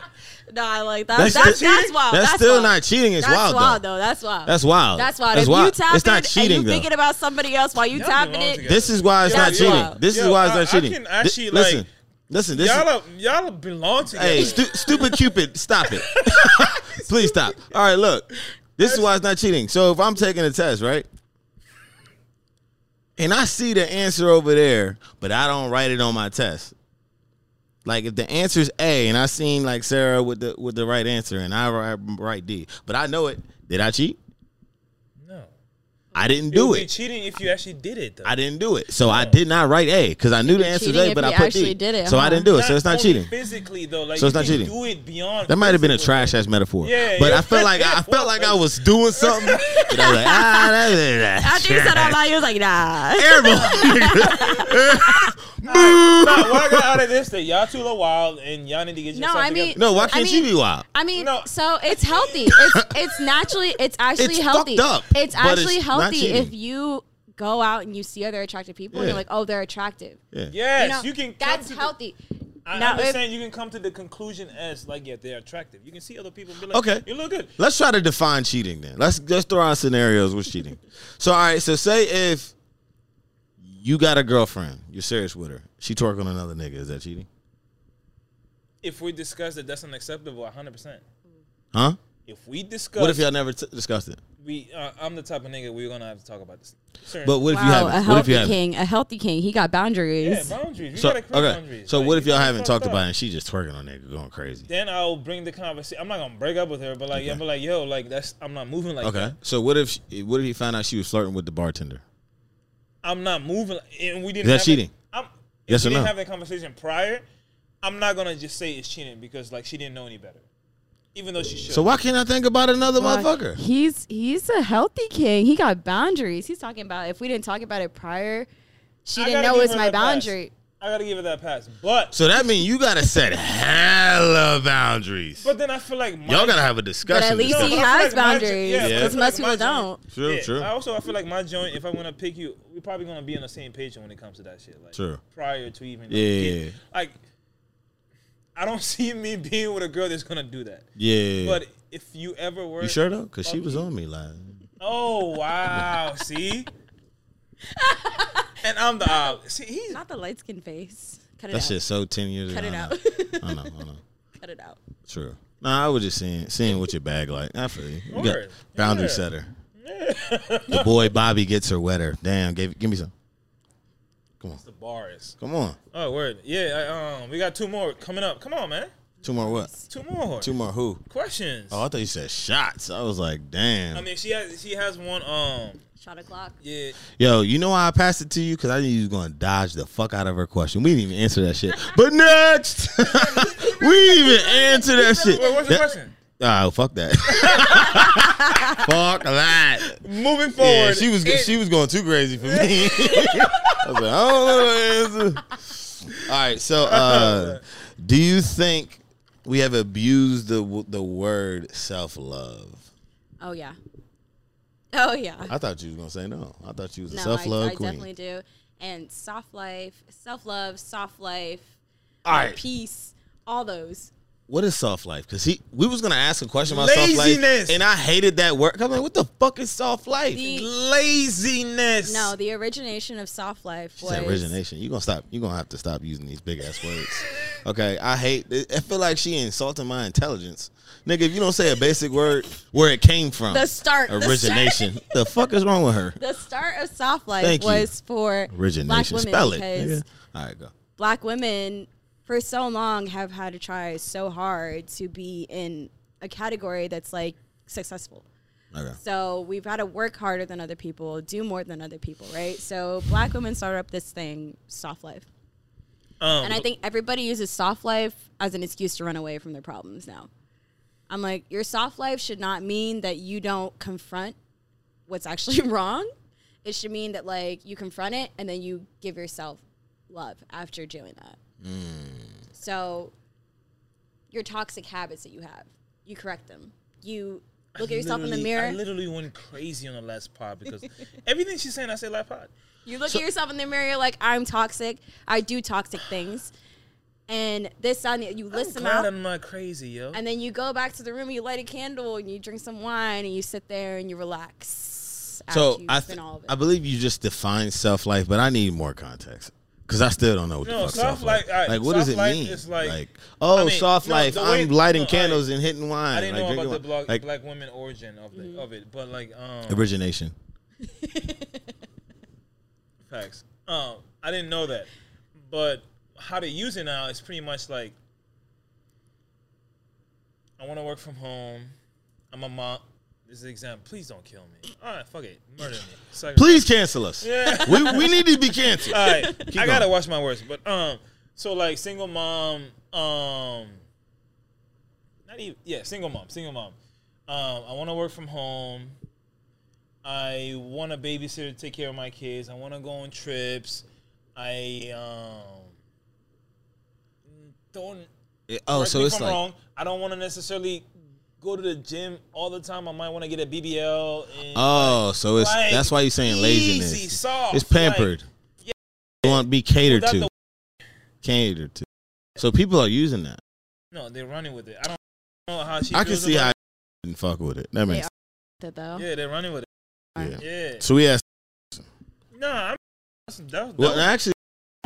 Speaker 2: No, I like that.
Speaker 1: That's that's-
Speaker 2: That's that's,
Speaker 1: still- that's wild.
Speaker 2: wild.
Speaker 1: that's That's still wild. not cheating, it's
Speaker 2: that's
Speaker 1: wild, though.
Speaker 2: though. That's wild.
Speaker 1: That's wild.
Speaker 2: That's wild.
Speaker 1: That's
Speaker 2: if you
Speaker 1: wild.
Speaker 2: tap
Speaker 1: It's not
Speaker 2: it
Speaker 1: cheating,
Speaker 2: and
Speaker 1: though.
Speaker 2: you thinking about somebody else while you
Speaker 3: Y'all
Speaker 2: tapping
Speaker 3: belong
Speaker 2: it,
Speaker 3: together.
Speaker 1: This is why it's
Speaker 2: Yeah,
Speaker 1: not
Speaker 2: it's
Speaker 1: cheating.
Speaker 2: wild.
Speaker 1: This is
Speaker 3: Yo,
Speaker 1: why it's
Speaker 3: I-
Speaker 1: not
Speaker 3: I
Speaker 1: cheating.
Speaker 3: can actually,
Speaker 1: Th- listen,
Speaker 3: like-
Speaker 1: listen. This
Speaker 3: Y'all,
Speaker 1: is,
Speaker 3: are, y'all belong together.
Speaker 1: hey, stu- stupid Cupid, stop it. Please stop. All right, look. This is why it's not cheating. So if I'm taking a test, right, and I see the answer over there, but I don't write it on my test. Like if the answer's A, and I seen like Sarah with the with the right answer, and I write, write D, but I know it. Did I cheat?
Speaker 3: no,
Speaker 1: I didn't
Speaker 3: it
Speaker 1: do
Speaker 3: would
Speaker 1: it.
Speaker 3: be cheating if you actually did it though.
Speaker 1: I didn't do it. So I did not write A because I knew the
Speaker 2: be
Speaker 1: answer
Speaker 2: cheating
Speaker 1: A,
Speaker 2: if
Speaker 1: but I
Speaker 2: you
Speaker 1: put D.
Speaker 2: actually did it,
Speaker 1: so I
Speaker 2: huh?
Speaker 1: didn't do it. So it's not
Speaker 3: only
Speaker 1: cheating.
Speaker 3: Physically though, like
Speaker 1: So it's
Speaker 3: you
Speaker 1: not
Speaker 3: can
Speaker 1: cheating.
Speaker 3: Do it beyond.
Speaker 1: That might have been a
Speaker 3: physical.
Speaker 1: trash ass metaphor.
Speaker 3: Yeah,
Speaker 1: but
Speaker 3: yeah.
Speaker 1: I felt like I, I felt like I was doing something. and I was like, ah, that, that, that,
Speaker 2: after you said out loud, you was like, nah.
Speaker 1: terrible.
Speaker 3: Nah, what I got out of this that y'all two are wild and y'all need to get
Speaker 2: No,
Speaker 3: yourself
Speaker 2: I
Speaker 3: together.
Speaker 2: mean-
Speaker 1: no, why
Speaker 2: I
Speaker 1: can't
Speaker 2: mean-
Speaker 1: you be wild?
Speaker 2: I mean,
Speaker 3: No.
Speaker 2: so it's healthy. It's it's naturally it's actually
Speaker 1: It's
Speaker 2: healthy.
Speaker 1: fucked up,
Speaker 2: it's
Speaker 1: but it's
Speaker 2: actually
Speaker 1: not
Speaker 2: healthy
Speaker 1: cheating.
Speaker 2: if you go out and you see other attractive people and
Speaker 1: Yeah.
Speaker 2: you're like, oh, they're attractive.
Speaker 1: Yeah.
Speaker 3: Yes, you,
Speaker 2: know,
Speaker 3: can. Come
Speaker 2: That's
Speaker 3: to the-
Speaker 2: healthy.
Speaker 3: I
Speaker 2: Now, if-
Speaker 3: understand you can come to the conclusion as like yeah they're attractive. You can see other people and be like
Speaker 1: Okay.
Speaker 3: you look good.
Speaker 1: Let's try to define cheating then. Let's let's throw out scenarios with cheating. so all right, so say if you got a girlfriend, you're serious with her. She twerk on another nigga. Is that cheating?
Speaker 3: If we discuss that that's unacceptable, hundred percent.
Speaker 1: Huh?
Speaker 3: If we discuss,
Speaker 1: What if y'all never t- discussed it?
Speaker 3: we uh, I'm the type of nigga we're gonna have to talk about this. Certain-
Speaker 1: But what if you
Speaker 2: Wow, a
Speaker 1: haven't? What if you
Speaker 2: healthy
Speaker 1: haven't?
Speaker 2: king, a healthy king. He got
Speaker 3: yeah,
Speaker 2: boundaries.
Speaker 3: boundaries. You
Speaker 1: So
Speaker 3: gotta
Speaker 1: okay.
Speaker 3: create boundaries.
Speaker 1: So
Speaker 3: Like,
Speaker 1: what if
Speaker 3: you
Speaker 1: y'all
Speaker 3: gotta
Speaker 1: haven't
Speaker 3: talk
Speaker 1: talked about it and she just twerking on nigga, going crazy?
Speaker 3: Then I'll bring the conversation. I'm not gonna break up with her, but like yeah, but like yo, like that's I'm not moving like
Speaker 1: Okay.
Speaker 3: that.
Speaker 1: So what if she- what if he found out she was flirting with the bartender?
Speaker 3: I'm not moving, like- and we didn't.
Speaker 1: that
Speaker 3: have
Speaker 1: cheating?
Speaker 3: That, I'm, if
Speaker 1: Yes
Speaker 3: we
Speaker 1: or
Speaker 3: didn't
Speaker 1: no?
Speaker 3: have that conversation prior. I'm not gonna just say it's cheating because like she didn't know any better, even though she should.
Speaker 1: So why can't I think about another
Speaker 2: Why?
Speaker 1: motherfucker?
Speaker 2: He's he's a healthy king. He got boundaries. He's talking about if we didn't talk about it prior, she
Speaker 3: I
Speaker 2: didn't
Speaker 3: gotta
Speaker 2: know
Speaker 3: give
Speaker 2: it's
Speaker 3: her
Speaker 2: my
Speaker 3: the pass.
Speaker 2: boundary.
Speaker 3: I gotta give her that pass, but
Speaker 1: So that means you gotta set hella boundaries.
Speaker 3: but then I feel like my,
Speaker 1: Y'all gotta have a
Speaker 2: But
Speaker 1: discussion.
Speaker 2: at least
Speaker 3: No,
Speaker 2: he
Speaker 3: but I
Speaker 2: has
Speaker 3: feel like my gen-
Speaker 2: boundaries.
Speaker 3: yeah,
Speaker 1: Yeah.
Speaker 2: Because
Speaker 3: but I
Speaker 2: most
Speaker 3: feel like
Speaker 2: people
Speaker 3: my gen-
Speaker 2: don't.
Speaker 1: True,
Speaker 3: Yeah,
Speaker 1: true.
Speaker 3: I also I feel like my joint. If I want to pick you, we're probably gonna be on the same page when it comes to that shit. Like
Speaker 1: True.
Speaker 3: prior to even like,
Speaker 1: Yeah.
Speaker 3: get- like I don't see me being with a girl that's gonna do that.
Speaker 1: yeah.
Speaker 3: But if you ever were,
Speaker 1: you sure though? Cause she was on me like
Speaker 3: Oh wow! see, and I'm the ob. See, he's
Speaker 2: Not the light skin face. Cut it
Speaker 1: that
Speaker 2: out.
Speaker 1: shit so ten years
Speaker 2: Cut
Speaker 1: ago.
Speaker 2: it
Speaker 1: I
Speaker 2: out.
Speaker 1: know. I know, I know.
Speaker 2: Cut it out.
Speaker 1: True. Nah, I was just seeing seeing what your bag like. I feel you. You got
Speaker 3: Word.
Speaker 1: boundary
Speaker 3: Yeah.
Speaker 1: setter. the boy Bobby gets her wetter. Damn, give give me some. Come on.
Speaker 3: the bars.
Speaker 1: Come on.
Speaker 3: Oh word, yeah. I, um, we got two more coming up. Come on, man.
Speaker 1: Two more what?
Speaker 3: Two more.
Speaker 1: Two more who?
Speaker 3: questions.
Speaker 1: Oh, I thought you said shots. I was like, damn.
Speaker 3: I mean, she has she has one. Um,
Speaker 2: Shot o'clock.
Speaker 3: yeah.
Speaker 1: Yo, you know why I passed it to you? Because I knew you was going to dodge the fuck out of her question. We didn't even answer that shit. But next! we didn't even answer that shit.
Speaker 3: Wait, what's the
Speaker 1: That-
Speaker 3: question?
Speaker 1: Oh, fuck that. fuck that.
Speaker 3: Moving forward.
Speaker 1: Yeah, she was
Speaker 3: it-
Speaker 1: she was going too crazy for me. I was like, I don't know the answer. All right, so uh, do you think we have abused the w- the word self love?
Speaker 2: Oh yeah. Oh yeah.
Speaker 1: I thought you was gonna say no. I thought you was a
Speaker 2: No,
Speaker 1: self
Speaker 2: I,
Speaker 1: love
Speaker 2: I
Speaker 1: queen.
Speaker 2: definitely do. And soft life, self love, soft life,
Speaker 1: All right,
Speaker 2: peace, all those.
Speaker 1: what is soft life? Because he we was gonna ask a question about soft life,
Speaker 3: Laziness.
Speaker 1: and I hated that word. 'Cause I'm like, what the fuck is soft life?
Speaker 2: The-
Speaker 3: laziness.
Speaker 2: No, the origination of soft life
Speaker 1: It's
Speaker 2: was
Speaker 1: that origination. You gonna stop? You gonna have to stop using these big ass words. Okay, I hate. I feel like she insulting my intelligence, nigga. If you don't say a basic word where it came from,
Speaker 2: The start, the
Speaker 1: origination. The, fuck is wrong with her?
Speaker 2: the start of soft life
Speaker 1: Thank you.
Speaker 2: was for black
Speaker 1: Origination.
Speaker 2: women
Speaker 1: Spell it.
Speaker 2: because
Speaker 1: nigga. All right, go.
Speaker 2: black women for so long have had to try so hard to be in a category that's like successful.
Speaker 1: Okay.
Speaker 2: So we've had to work harder than other people, do more than other people, right? So black women started up this thing, soft life.
Speaker 3: Um,
Speaker 2: And I think everybody uses soft life as an excuse to run away from their problems now. I'm like, your soft life should not mean that you don't confront what's actually wrong. It should mean that like you confront it and then you give yourself love after doing that.
Speaker 3: Hmm.
Speaker 2: So your toxic habits that you have, you correct them. You look at yourself in the
Speaker 3: literally- I
Speaker 2: mirror.
Speaker 3: literally went crazy on the last pod because everything she's saying, I say last pod.
Speaker 2: You look at yourself in the mirror, you're like, I'm toxic. I do toxic things. And this, that, and the- you list
Speaker 3: I'm
Speaker 2: them
Speaker 3: glad
Speaker 2: out.
Speaker 3: I'm not crazy, yo.
Speaker 2: And then you go back to the room, you light a candle, and you drink some wine, and you sit there and you relax. After
Speaker 1: So
Speaker 2: you've
Speaker 1: I, th-
Speaker 2: spent all of it.
Speaker 1: I believe you just defined self life, but I need more context because I still don't know what the
Speaker 3: No,
Speaker 1: fuck soft
Speaker 3: soft
Speaker 1: life.
Speaker 3: life- all right,
Speaker 1: like, what does
Speaker 3: soft
Speaker 1: it
Speaker 3: life
Speaker 1: mean?
Speaker 3: is like-
Speaker 1: oh,
Speaker 3: I mean,
Speaker 1: soft
Speaker 3: no,
Speaker 1: life.
Speaker 3: the way-
Speaker 1: I'm lighting
Speaker 3: no, I-
Speaker 1: candles and hitting wine.
Speaker 3: I didn't
Speaker 1: like,
Speaker 3: know
Speaker 1: drinking
Speaker 3: about the
Speaker 1: wine.
Speaker 3: black,
Speaker 1: Like,
Speaker 3: black women origin of, the, of it, but like um,
Speaker 1: origination.
Speaker 3: Facts. Um, I didn't know that, but how to use it now is pretty much like I want to work from home. I'm a mom. This is an example. Please don't kill me. All right, fuck it, murder me. Suck it.
Speaker 1: Please cancel us.
Speaker 3: Yeah.
Speaker 1: we, we need to be canceled.
Speaker 3: All right, I gotta
Speaker 1: going.
Speaker 3: watch my words, but um, so like single mom, um, not even yeah, single mom, single mom. Um, I want to work from home. I want a babysitter to take care of my kids. I want to go on trips. I um, don't.
Speaker 1: oh,
Speaker 3: correct
Speaker 1: so
Speaker 3: me if
Speaker 1: it's
Speaker 3: I'm
Speaker 1: like
Speaker 3: wrong. I don't want to necessarily go to the gym all the time. I might want to get a BBL. And
Speaker 1: oh, so it's
Speaker 3: Like,
Speaker 1: that's why you're saying
Speaker 3: easy,
Speaker 1: laziness.
Speaker 3: soft,
Speaker 1: it's pampered.
Speaker 3: yeah.
Speaker 1: You want to be catered
Speaker 3: Without
Speaker 1: to,
Speaker 3: the-
Speaker 1: catered to. So people are using that.
Speaker 3: No, they're running with it. I don't know how she.
Speaker 1: I can
Speaker 3: feels
Speaker 1: see
Speaker 3: about
Speaker 1: how I didn't fuck with it. That
Speaker 2: They
Speaker 1: makes
Speaker 2: That though.
Speaker 3: Yeah, they're running
Speaker 1: sense.
Speaker 2: are.
Speaker 3: with
Speaker 1: Yeah.
Speaker 3: it. Yeah.
Speaker 1: So we asked.
Speaker 3: Nah, I'm. That's, that, that
Speaker 1: Well,
Speaker 3: was-
Speaker 1: actually,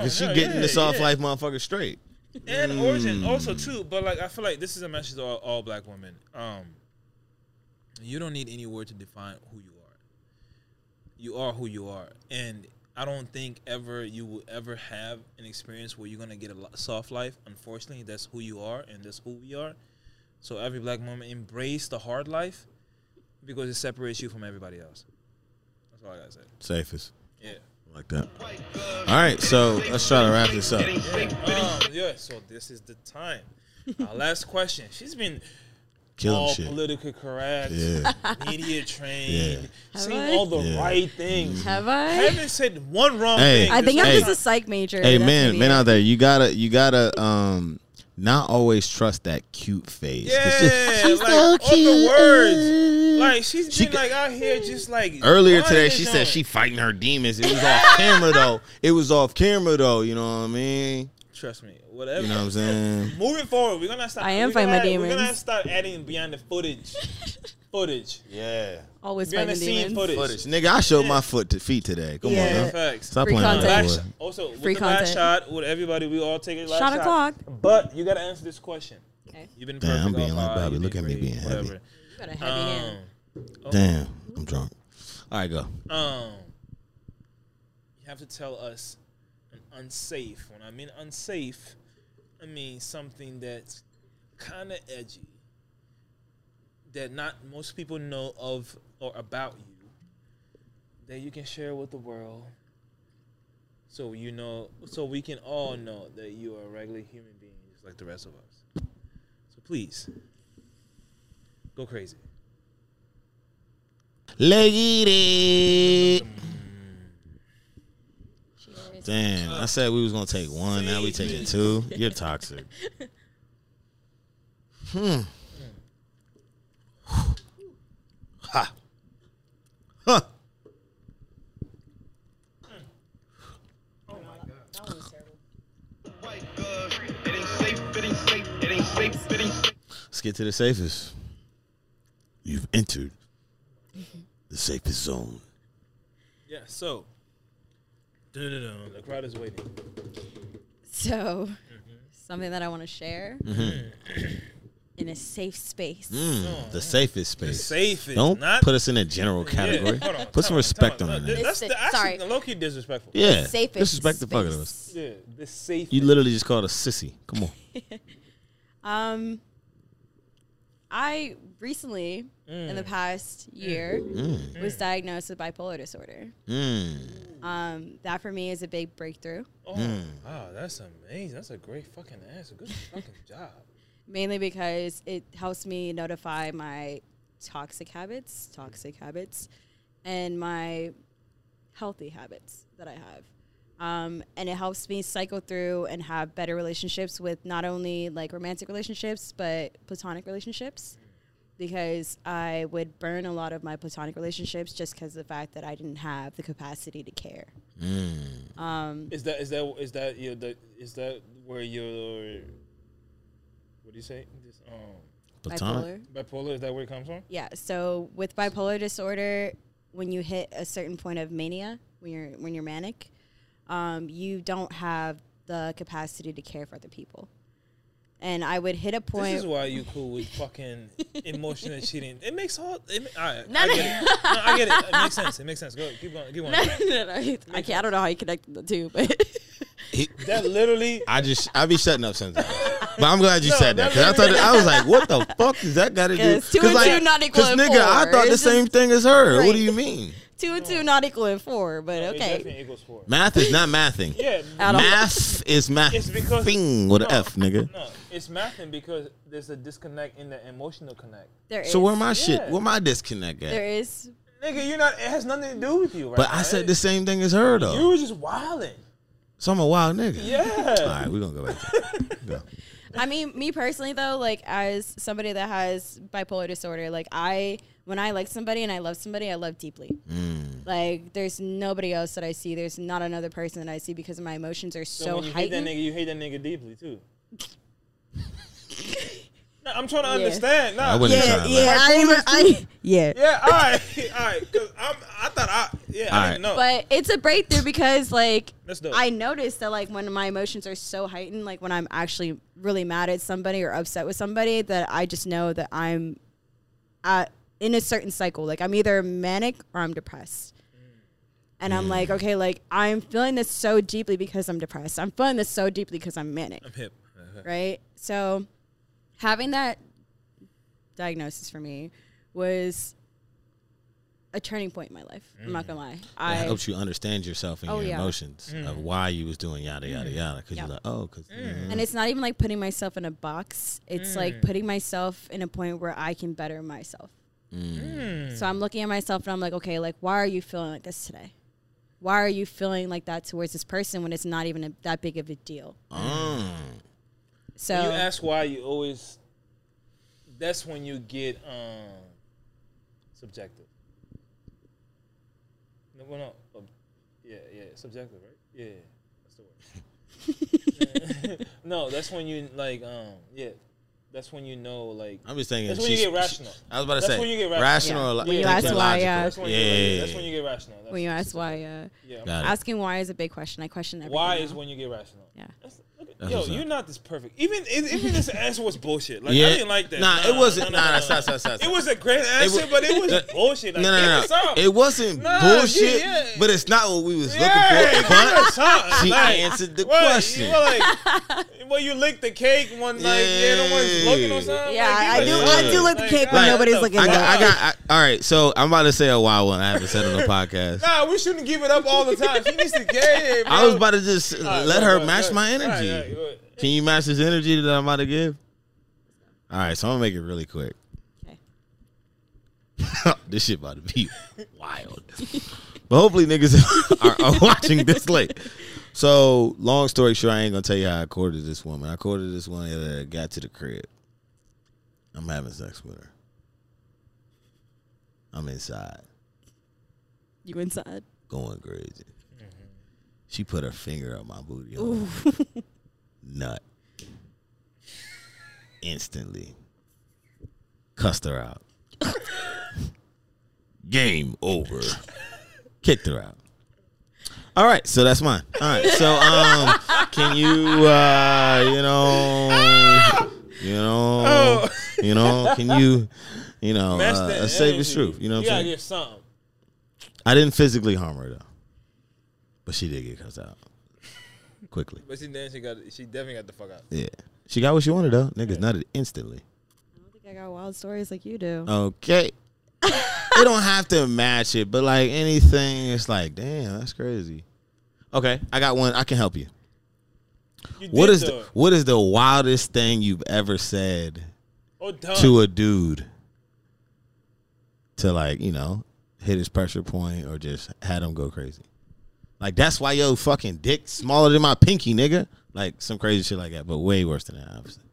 Speaker 1: is she
Speaker 3: no,
Speaker 1: getting
Speaker 3: Oh, yeah,
Speaker 1: this off mm.
Speaker 3: yeah.
Speaker 1: life, motherfucker, straight? Hmm.
Speaker 3: and origin also too. But like, I feel like this is a message to all, all black women. Um, you don't need any word to define who you are. You are who you are, and I don't think ever you will ever have an experience where you're gonna get a lo- soft life. Unfortunately, that's who you are, and that's who we are. So every black woman embrace the hard life because it separates you from everybody else. That's all I gotta say.
Speaker 1: Safest.
Speaker 3: Yeah.
Speaker 1: like that. All right, so let's try to wrap this up.
Speaker 3: Um, yeah, so this is the time. Our last question. She's been
Speaker 1: Killing
Speaker 3: all
Speaker 1: shit.
Speaker 3: politically correct,
Speaker 1: Yeah.
Speaker 3: media trained,
Speaker 2: Yeah. Have I?
Speaker 3: saying all the
Speaker 1: Yeah. Mm-hmm.
Speaker 3: right things.
Speaker 2: Have
Speaker 3: I
Speaker 2: I?
Speaker 3: haven't said one wrong
Speaker 1: Hey.
Speaker 3: thing.
Speaker 2: I
Speaker 3: this
Speaker 2: think I'm
Speaker 3: whole
Speaker 1: Hey.
Speaker 2: just a
Speaker 3: time.
Speaker 2: psych major.
Speaker 1: Hey
Speaker 2: That's
Speaker 1: man,
Speaker 2: maybe
Speaker 1: man
Speaker 2: it.
Speaker 1: out there, you gotta you gotta um not always trust that cute face. 'Cause she-
Speaker 3: Yeah, like, all the words. Like she's
Speaker 1: She
Speaker 3: been
Speaker 1: ca-
Speaker 3: like out here just like
Speaker 1: Earlier today,
Speaker 3: lying
Speaker 1: she
Speaker 3: on
Speaker 1: said
Speaker 3: it.
Speaker 1: she fighting her demons. It was off camera though. It was off camera though. You know what I mean?
Speaker 3: Trust me, whatever.
Speaker 1: You know what I'm saying?
Speaker 3: Moving forward, we're gonna start.
Speaker 2: I am
Speaker 3: we're
Speaker 2: fighting my
Speaker 3: gonna- We're gonna
Speaker 2: demons.
Speaker 3: start adding beyond the footage, footage,
Speaker 1: Yeah.
Speaker 2: Always
Speaker 3: beyond the
Speaker 2: fighting
Speaker 3: scene
Speaker 2: demons.
Speaker 3: footage.
Speaker 1: Footage, nigga. I showed my foot to feet today. Come
Speaker 2: Yeah.
Speaker 1: on, now.
Speaker 3: Facts.
Speaker 1: stop
Speaker 2: Free
Speaker 1: playing. with that
Speaker 3: Last
Speaker 2: content.
Speaker 1: boy.
Speaker 3: shot- also, with
Speaker 2: Free
Speaker 3: the last
Speaker 2: content.
Speaker 3: shot, with everybody, we all take a last
Speaker 2: Shot
Speaker 3: shot.
Speaker 2: o'clock.
Speaker 3: But you gotta answer this question.
Speaker 2: Okay.
Speaker 3: You've been
Speaker 1: Damn, I'm
Speaker 3: perfect all
Speaker 1: being like
Speaker 3: five,
Speaker 1: Bobby.
Speaker 3: you
Speaker 1: Look
Speaker 3: did
Speaker 1: at me
Speaker 3: great,
Speaker 1: being heavy.
Speaker 3: whatever.
Speaker 2: You Got a heavy
Speaker 3: uh,
Speaker 2: hand.
Speaker 1: Damn, I'm drunk. All right, go.
Speaker 3: Um, um, you have to tell us an unsafe. When I mean unsafe, I mean something that's kind of edgy that not most people know of or about you that you can share with the world. So you know, so we can all know that you are a regular human being, just like the rest of us. So please, go crazy.
Speaker 1: Let it eat.
Speaker 2: Cheers.
Speaker 1: Damn, I said we was gonna take one. Now we taking two. You're toxic. Hmm. Ha. Huh. Let's get to the safest. You've entered the safest zone.
Speaker 3: Yeah, so. Dun, dun, dun. The crowd is waiting.
Speaker 2: So, something that I want to share Mm-hmm. in a safe space.
Speaker 1: Mm-hmm. Mm, the safest space.
Speaker 3: Safe is
Speaker 1: Don't
Speaker 3: not.
Speaker 1: put us in a general category.
Speaker 3: Yeah, hold on,
Speaker 1: put some
Speaker 3: time out,
Speaker 1: respect
Speaker 3: time
Speaker 1: on
Speaker 3: out.
Speaker 1: it.
Speaker 3: Th-
Speaker 1: nigga.
Speaker 3: That's
Speaker 2: Listen,
Speaker 3: the, actually
Speaker 2: sorry.
Speaker 3: low key disrespectful.
Speaker 1: Yeah,
Speaker 2: Safest
Speaker 1: disrespect the fuck out of
Speaker 2: space.
Speaker 1: us.
Speaker 3: Yeah, the safe.
Speaker 1: You literally just called a sissy. Come on.
Speaker 2: Um, I recently, in
Speaker 3: Mm.
Speaker 2: the past year,
Speaker 1: Mm.
Speaker 2: was diagnosed with bipolar disorder.
Speaker 1: Mm.
Speaker 2: Um, that for me is a big breakthrough,
Speaker 3: oh, wow,
Speaker 1: hmm.
Speaker 3: that's amazing. That's a great fucking answer. Good fucking job.
Speaker 2: mainly because it helps me notify my toxic habits, toxic habits, and my healthy habits that I have. Um, and it helps me cycle through and have better relationships with not only like romantic relationships, but platonic relationships. Because I would burn a lot of my platonic relationships just because of the fact that I didn't have the capacity to care.
Speaker 3: Is that is that is that your the is that where your what do you say? This, um,
Speaker 1: Platonic.
Speaker 2: Bipolar.
Speaker 3: bipolar is that where it comes from?
Speaker 2: Yeah. So with bipolar disorder, when you hit a certain point of mania, when you're when you're manic, um, you don't have the capacity to care for other people. And I would hit a point.
Speaker 3: This is why you cool with fucking emotional cheating. It makes all. It, ma- all right, I get it. No, I get it. It makes sense. It makes sense. Go keep going. Keep going.
Speaker 2: No, no, no, I can't. I don't know how you connected the two, but
Speaker 1: He-
Speaker 3: That literally
Speaker 1: I just I be shutting up sometimes, but I'm glad you
Speaker 3: No,
Speaker 1: said that because I
Speaker 3: that's
Speaker 1: thought that- I was like, what the fuck does that got to do?
Speaker 2: Yeah, it's two and two not equal
Speaker 1: Because
Speaker 2: to
Speaker 1: nigga, I
Speaker 2: four.
Speaker 1: thought the
Speaker 2: It's
Speaker 1: same
Speaker 2: just-
Speaker 1: thing as her. What
Speaker 2: Right.
Speaker 1: do you mean?
Speaker 2: two and two not equaling four. But
Speaker 3: No, it
Speaker 2: okay,
Speaker 3: definitely equals four.
Speaker 1: Math is not mathing.
Speaker 3: Yeah,
Speaker 2: At all.
Speaker 1: Math is math.
Speaker 3: It's because-
Speaker 1: thing with an
Speaker 3: No.
Speaker 1: F, nigga.
Speaker 3: no, it's mathing because there's a disconnect in the emotional connect.
Speaker 2: there is.
Speaker 1: So where my shit?
Speaker 3: Yeah.
Speaker 1: Where my disconnect at?
Speaker 2: There is.
Speaker 3: Nigga, you're not. It has nothing to do with you, right?
Speaker 1: But I said the same thing as her though.
Speaker 3: You were just wilding.
Speaker 1: so I'm a wild nigga. All
Speaker 3: Yeah.
Speaker 1: right, we're gonna go back. to it. Go.
Speaker 2: I mean, me personally though, like as somebody that has bipolar disorder, like I when I like somebody and I love somebody, I love deeply. Like there's nobody else that I see. There's not another person that I see because my emotions are
Speaker 3: So,
Speaker 2: so,
Speaker 3: when you hate that
Speaker 2: heightened.
Speaker 3: nigga, you hate that nigga deeply too. no, I'm trying to
Speaker 2: Yeah.
Speaker 3: understand.
Speaker 1: I
Speaker 3: No.
Speaker 1: wouldn't
Speaker 2: yeah,
Speaker 1: try.
Speaker 2: yeah, I, remember- I- yeah.
Speaker 3: Yeah. All right. All right. Cause I'm. I thought I. Yeah. I
Speaker 1: All
Speaker 3: didn't know.
Speaker 2: But it's a breakthrough because like
Speaker 3: That's dope.
Speaker 2: I noticed that like when my emotions are so heightened, like when I'm actually really mad at somebody or upset with somebody, that I just know that I'm at, in a certain cycle. Like I'm either manic or I'm depressed. And I'm like, okay, like I'm feeling this so deeply because I'm depressed. I'm feeling this so deeply because I'm manic,
Speaker 3: I'm hip.
Speaker 2: right? So having that diagnosis for me was a turning point in my life. I'm not gonna lie.
Speaker 1: It
Speaker 2: I
Speaker 1: helps you understand yourself and
Speaker 2: Oh,
Speaker 1: your
Speaker 2: yeah. Mm.
Speaker 1: emotions
Speaker 3: Mm.
Speaker 1: of why you was doing yada yada yada. Because
Speaker 2: Yeah.
Speaker 1: you're like, oh, because
Speaker 2: and it's not even like putting myself in a box. It's
Speaker 3: Mm.
Speaker 2: like putting myself in a point where I can better myself.
Speaker 1: Mm.
Speaker 2: So I'm looking at myself and I'm like, okay, like why are you feeling like this today? Why are you feeling like that towards this person when it's not even a, that big of a deal?
Speaker 1: mm."
Speaker 2: So
Speaker 3: When you ask why you always that's when you get um subjective no well, no ob- yeah yeah subjective right yeah, yeah that's the word no that's when you like um yeah that's when you know like
Speaker 1: I'm just thinking.
Speaker 3: That's when you
Speaker 1: she's-
Speaker 3: get rational.
Speaker 1: I was about to
Speaker 3: That's
Speaker 1: say
Speaker 3: when you get
Speaker 1: rational.
Speaker 3: rational.
Speaker 1: or
Speaker 2: Yeah.
Speaker 1: like,
Speaker 2: When you
Speaker 1: think
Speaker 2: ask why,
Speaker 1: logical.
Speaker 2: yeah.
Speaker 3: that's when
Speaker 1: yeah,
Speaker 3: you
Speaker 1: yeah, yeah.
Speaker 3: that's when you get rational that's,
Speaker 2: when you ask why, uh,
Speaker 3: yeah I'm-
Speaker 1: Got it.
Speaker 2: asking why is a big question. I question everything.
Speaker 3: why
Speaker 2: now.
Speaker 3: is when you get rational
Speaker 2: yeah.
Speaker 3: That's- look at-
Speaker 1: That's
Speaker 3: Yo,
Speaker 1: what's up.
Speaker 3: you're not this perfect. Even even this answer was bullshit. Like
Speaker 1: Yeah.
Speaker 3: I didn't like that.
Speaker 1: Nah, it wasn't- nah, nah, stop, stop, stop,
Speaker 3: It
Speaker 1: stop.
Speaker 3: was a great answer,
Speaker 1: wa-
Speaker 3: but it was
Speaker 1: No,
Speaker 3: bullshit. Like,
Speaker 1: no, no,
Speaker 3: Give
Speaker 1: no.
Speaker 3: us something.
Speaker 1: It wasn't
Speaker 3: Nah,
Speaker 1: bullshit,
Speaker 3: yeah, yeah.
Speaker 1: but it's not what we was
Speaker 3: Yeah,
Speaker 1: looking for. But
Speaker 3: give us something.
Speaker 1: she
Speaker 3: Like,
Speaker 1: answered the
Speaker 3: what,
Speaker 1: question.
Speaker 3: You were like, well, you licked the cake one night. Yeah, no one's looking or something.
Speaker 2: Yeah,
Speaker 3: like,
Speaker 2: I
Speaker 3: give
Speaker 1: do-
Speaker 3: us
Speaker 1: I
Speaker 3: something.
Speaker 1: do
Speaker 2: lick the cake when
Speaker 3: God,
Speaker 2: nobody's
Speaker 3: what the
Speaker 2: looking.
Speaker 3: fuck?
Speaker 1: I got, I got. I, all right, so I'm about to say a wild one. I haven't said on the podcast.
Speaker 3: Nah, we shouldn't give it up all the time. She needs to get it.
Speaker 1: I
Speaker 3: bro.
Speaker 1: was about to just
Speaker 3: All right,
Speaker 1: let
Speaker 3: go,
Speaker 1: her
Speaker 3: go,
Speaker 1: match
Speaker 3: go.
Speaker 1: my
Speaker 3: All right,
Speaker 1: energy.
Speaker 3: all right, go ahead.
Speaker 1: Can you match this energy that I'm about to give? All right, so I'm gonna make it really quick.
Speaker 2: Okay.
Speaker 1: this shit about to be wild. but hopefully niggas are, are watching this late. So long story short, I ain't gonna tell you how I courted this woman. I courted this one that got to the crib. I'm having sex with her. I'm inside,
Speaker 2: You inside?
Speaker 1: going crazy. She put her finger up my booty hole.
Speaker 2: Ooh.
Speaker 1: nut instantly. Cussed her out. Game over. Kicked her out. All right, so that's mine. All right, so um, can you uh, you know, you know,
Speaker 3: Oh.
Speaker 1: you know, can you, you know,
Speaker 3: Match
Speaker 1: uh,
Speaker 3: that
Speaker 1: uh, save the
Speaker 3: energy.
Speaker 1: truth? You know what
Speaker 3: You
Speaker 1: I'm
Speaker 3: gotta
Speaker 1: saying?
Speaker 3: get something.
Speaker 1: I didn't physically harm her though, but she did get cussed out quickly.
Speaker 3: But she then she got she definitely got the fuck out.
Speaker 1: Yeah, she got what she wanted though. Niggas nutted instantly.
Speaker 2: I don't think I got wild stories like you
Speaker 1: Uh.
Speaker 2: do.
Speaker 1: Okay. they don't have to match it, but like anything, it's like, damn, that's crazy. Okay, I got one. I can help you.
Speaker 3: You
Speaker 1: What
Speaker 3: did
Speaker 1: is
Speaker 3: though.
Speaker 1: the, what is the wildest thing you've ever said
Speaker 3: Oh, done.
Speaker 1: to a dude to like you know hit his pressure point or just had him go crazy? Like that's why yo fucking dick smaller than my pinky, nigga. Like some crazy shit like that, but way worse than that, obviously.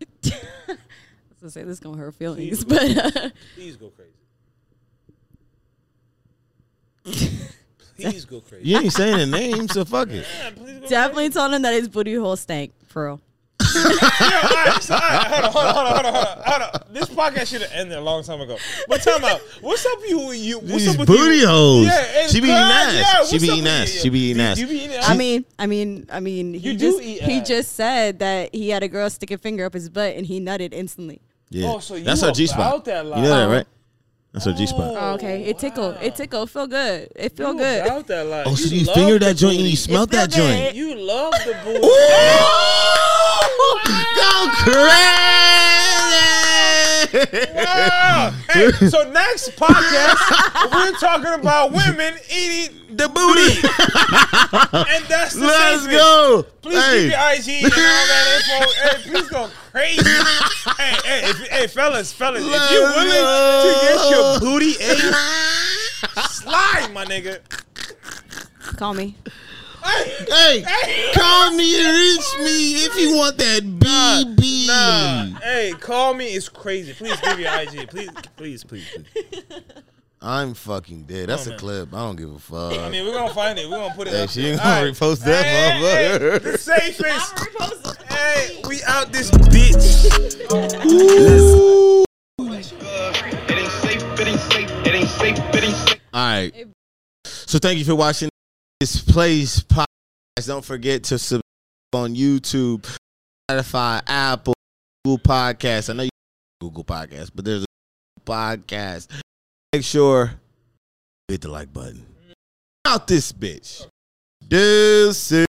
Speaker 2: I was gonna say this is gonna hurt feelings, but uh,
Speaker 3: Please go crazy. Please go crazy.
Speaker 1: You ain't saying the name, so fuck it.
Speaker 3: Yeah, please go
Speaker 2: definitely told him that his booty hole stank for real.
Speaker 3: crazy. All right, so, all right, hold on, hold on, hold on, hold on, hold on. This podcast should have ended a long time ago. But time out. What's up, you? You? What's
Speaker 1: These
Speaker 3: up with
Speaker 1: booty
Speaker 3: you?
Speaker 1: hoes.
Speaker 3: Yeah, and
Speaker 1: she be eating
Speaker 3: God,
Speaker 1: ass.
Speaker 3: yeah,
Speaker 1: she
Speaker 3: what's
Speaker 1: be
Speaker 3: up
Speaker 1: eating
Speaker 3: with
Speaker 1: ass.
Speaker 3: you?
Speaker 1: She be eating
Speaker 3: Do-
Speaker 1: ass.
Speaker 3: do you be eating
Speaker 2: I
Speaker 3: ass?
Speaker 2: mean, I mean, I mean, he
Speaker 3: You do
Speaker 2: just
Speaker 3: eat
Speaker 2: he
Speaker 3: ass.
Speaker 2: just said that he had a girl stick a finger up his butt and he nutted instantly.
Speaker 1: yeah.
Speaker 3: Oh, so you
Speaker 1: That's her
Speaker 3: about
Speaker 1: G spot. You
Speaker 3: that
Speaker 1: know that,
Speaker 2: life.
Speaker 1: right? That's her G spot.
Speaker 2: Oh, okay, it tickled,
Speaker 3: wow.
Speaker 2: it tickled, feel good, it feel
Speaker 3: You
Speaker 2: good.
Speaker 3: About that life.
Speaker 1: Oh, so you
Speaker 3: love
Speaker 1: fingered
Speaker 3: the
Speaker 1: that joint and
Speaker 3: booty.
Speaker 1: you smelled
Speaker 2: It feel
Speaker 1: that joint.
Speaker 3: You love the booty.
Speaker 1: Ooh, Go crazy.
Speaker 3: Ah! Hey, so next podcast, we're talking about women eating,
Speaker 1: The booty.
Speaker 3: and that's the
Speaker 1: Let's
Speaker 3: segment.
Speaker 1: go.
Speaker 3: Please
Speaker 1: Hey.
Speaker 3: keep your IG and all that info. hey, please go crazy. hey, hey, if, hey, fellas, fellas, if you
Speaker 1: Let's
Speaker 3: willing
Speaker 1: go.
Speaker 3: to get your booty ate, slide, my nigga.
Speaker 2: Call me.
Speaker 3: Hey,
Speaker 1: Hey,
Speaker 3: hey.
Speaker 1: call me and reach me if you want that BB.
Speaker 3: Nah, hey, call me. It's crazy. Please give your IG. Please, please, please. please.
Speaker 1: I'm fucking dead. That's a
Speaker 3: on, man.
Speaker 1: clip. I don't give a fuck.
Speaker 3: I mean, we're gonna find it. We're gonna put it.
Speaker 1: Hey,
Speaker 3: up
Speaker 1: she
Speaker 3: there.
Speaker 1: ain't gonna
Speaker 3: All
Speaker 1: repost that
Speaker 3: Hey, hey,
Speaker 1: motherfucker.
Speaker 3: the safest. Hey, we out this bitch.
Speaker 4: It ain't safe, it ain't safe, it ain't safe, it ain't safe.
Speaker 1: All right. So thank you for watching this place podcast. Don't forget to subscribe on YouTube, Spotify, Apple, Google Podcasts. I know you Google Podcasts, but there's a podcast. Make sure you hit the like button. Out this bitch. Deuces.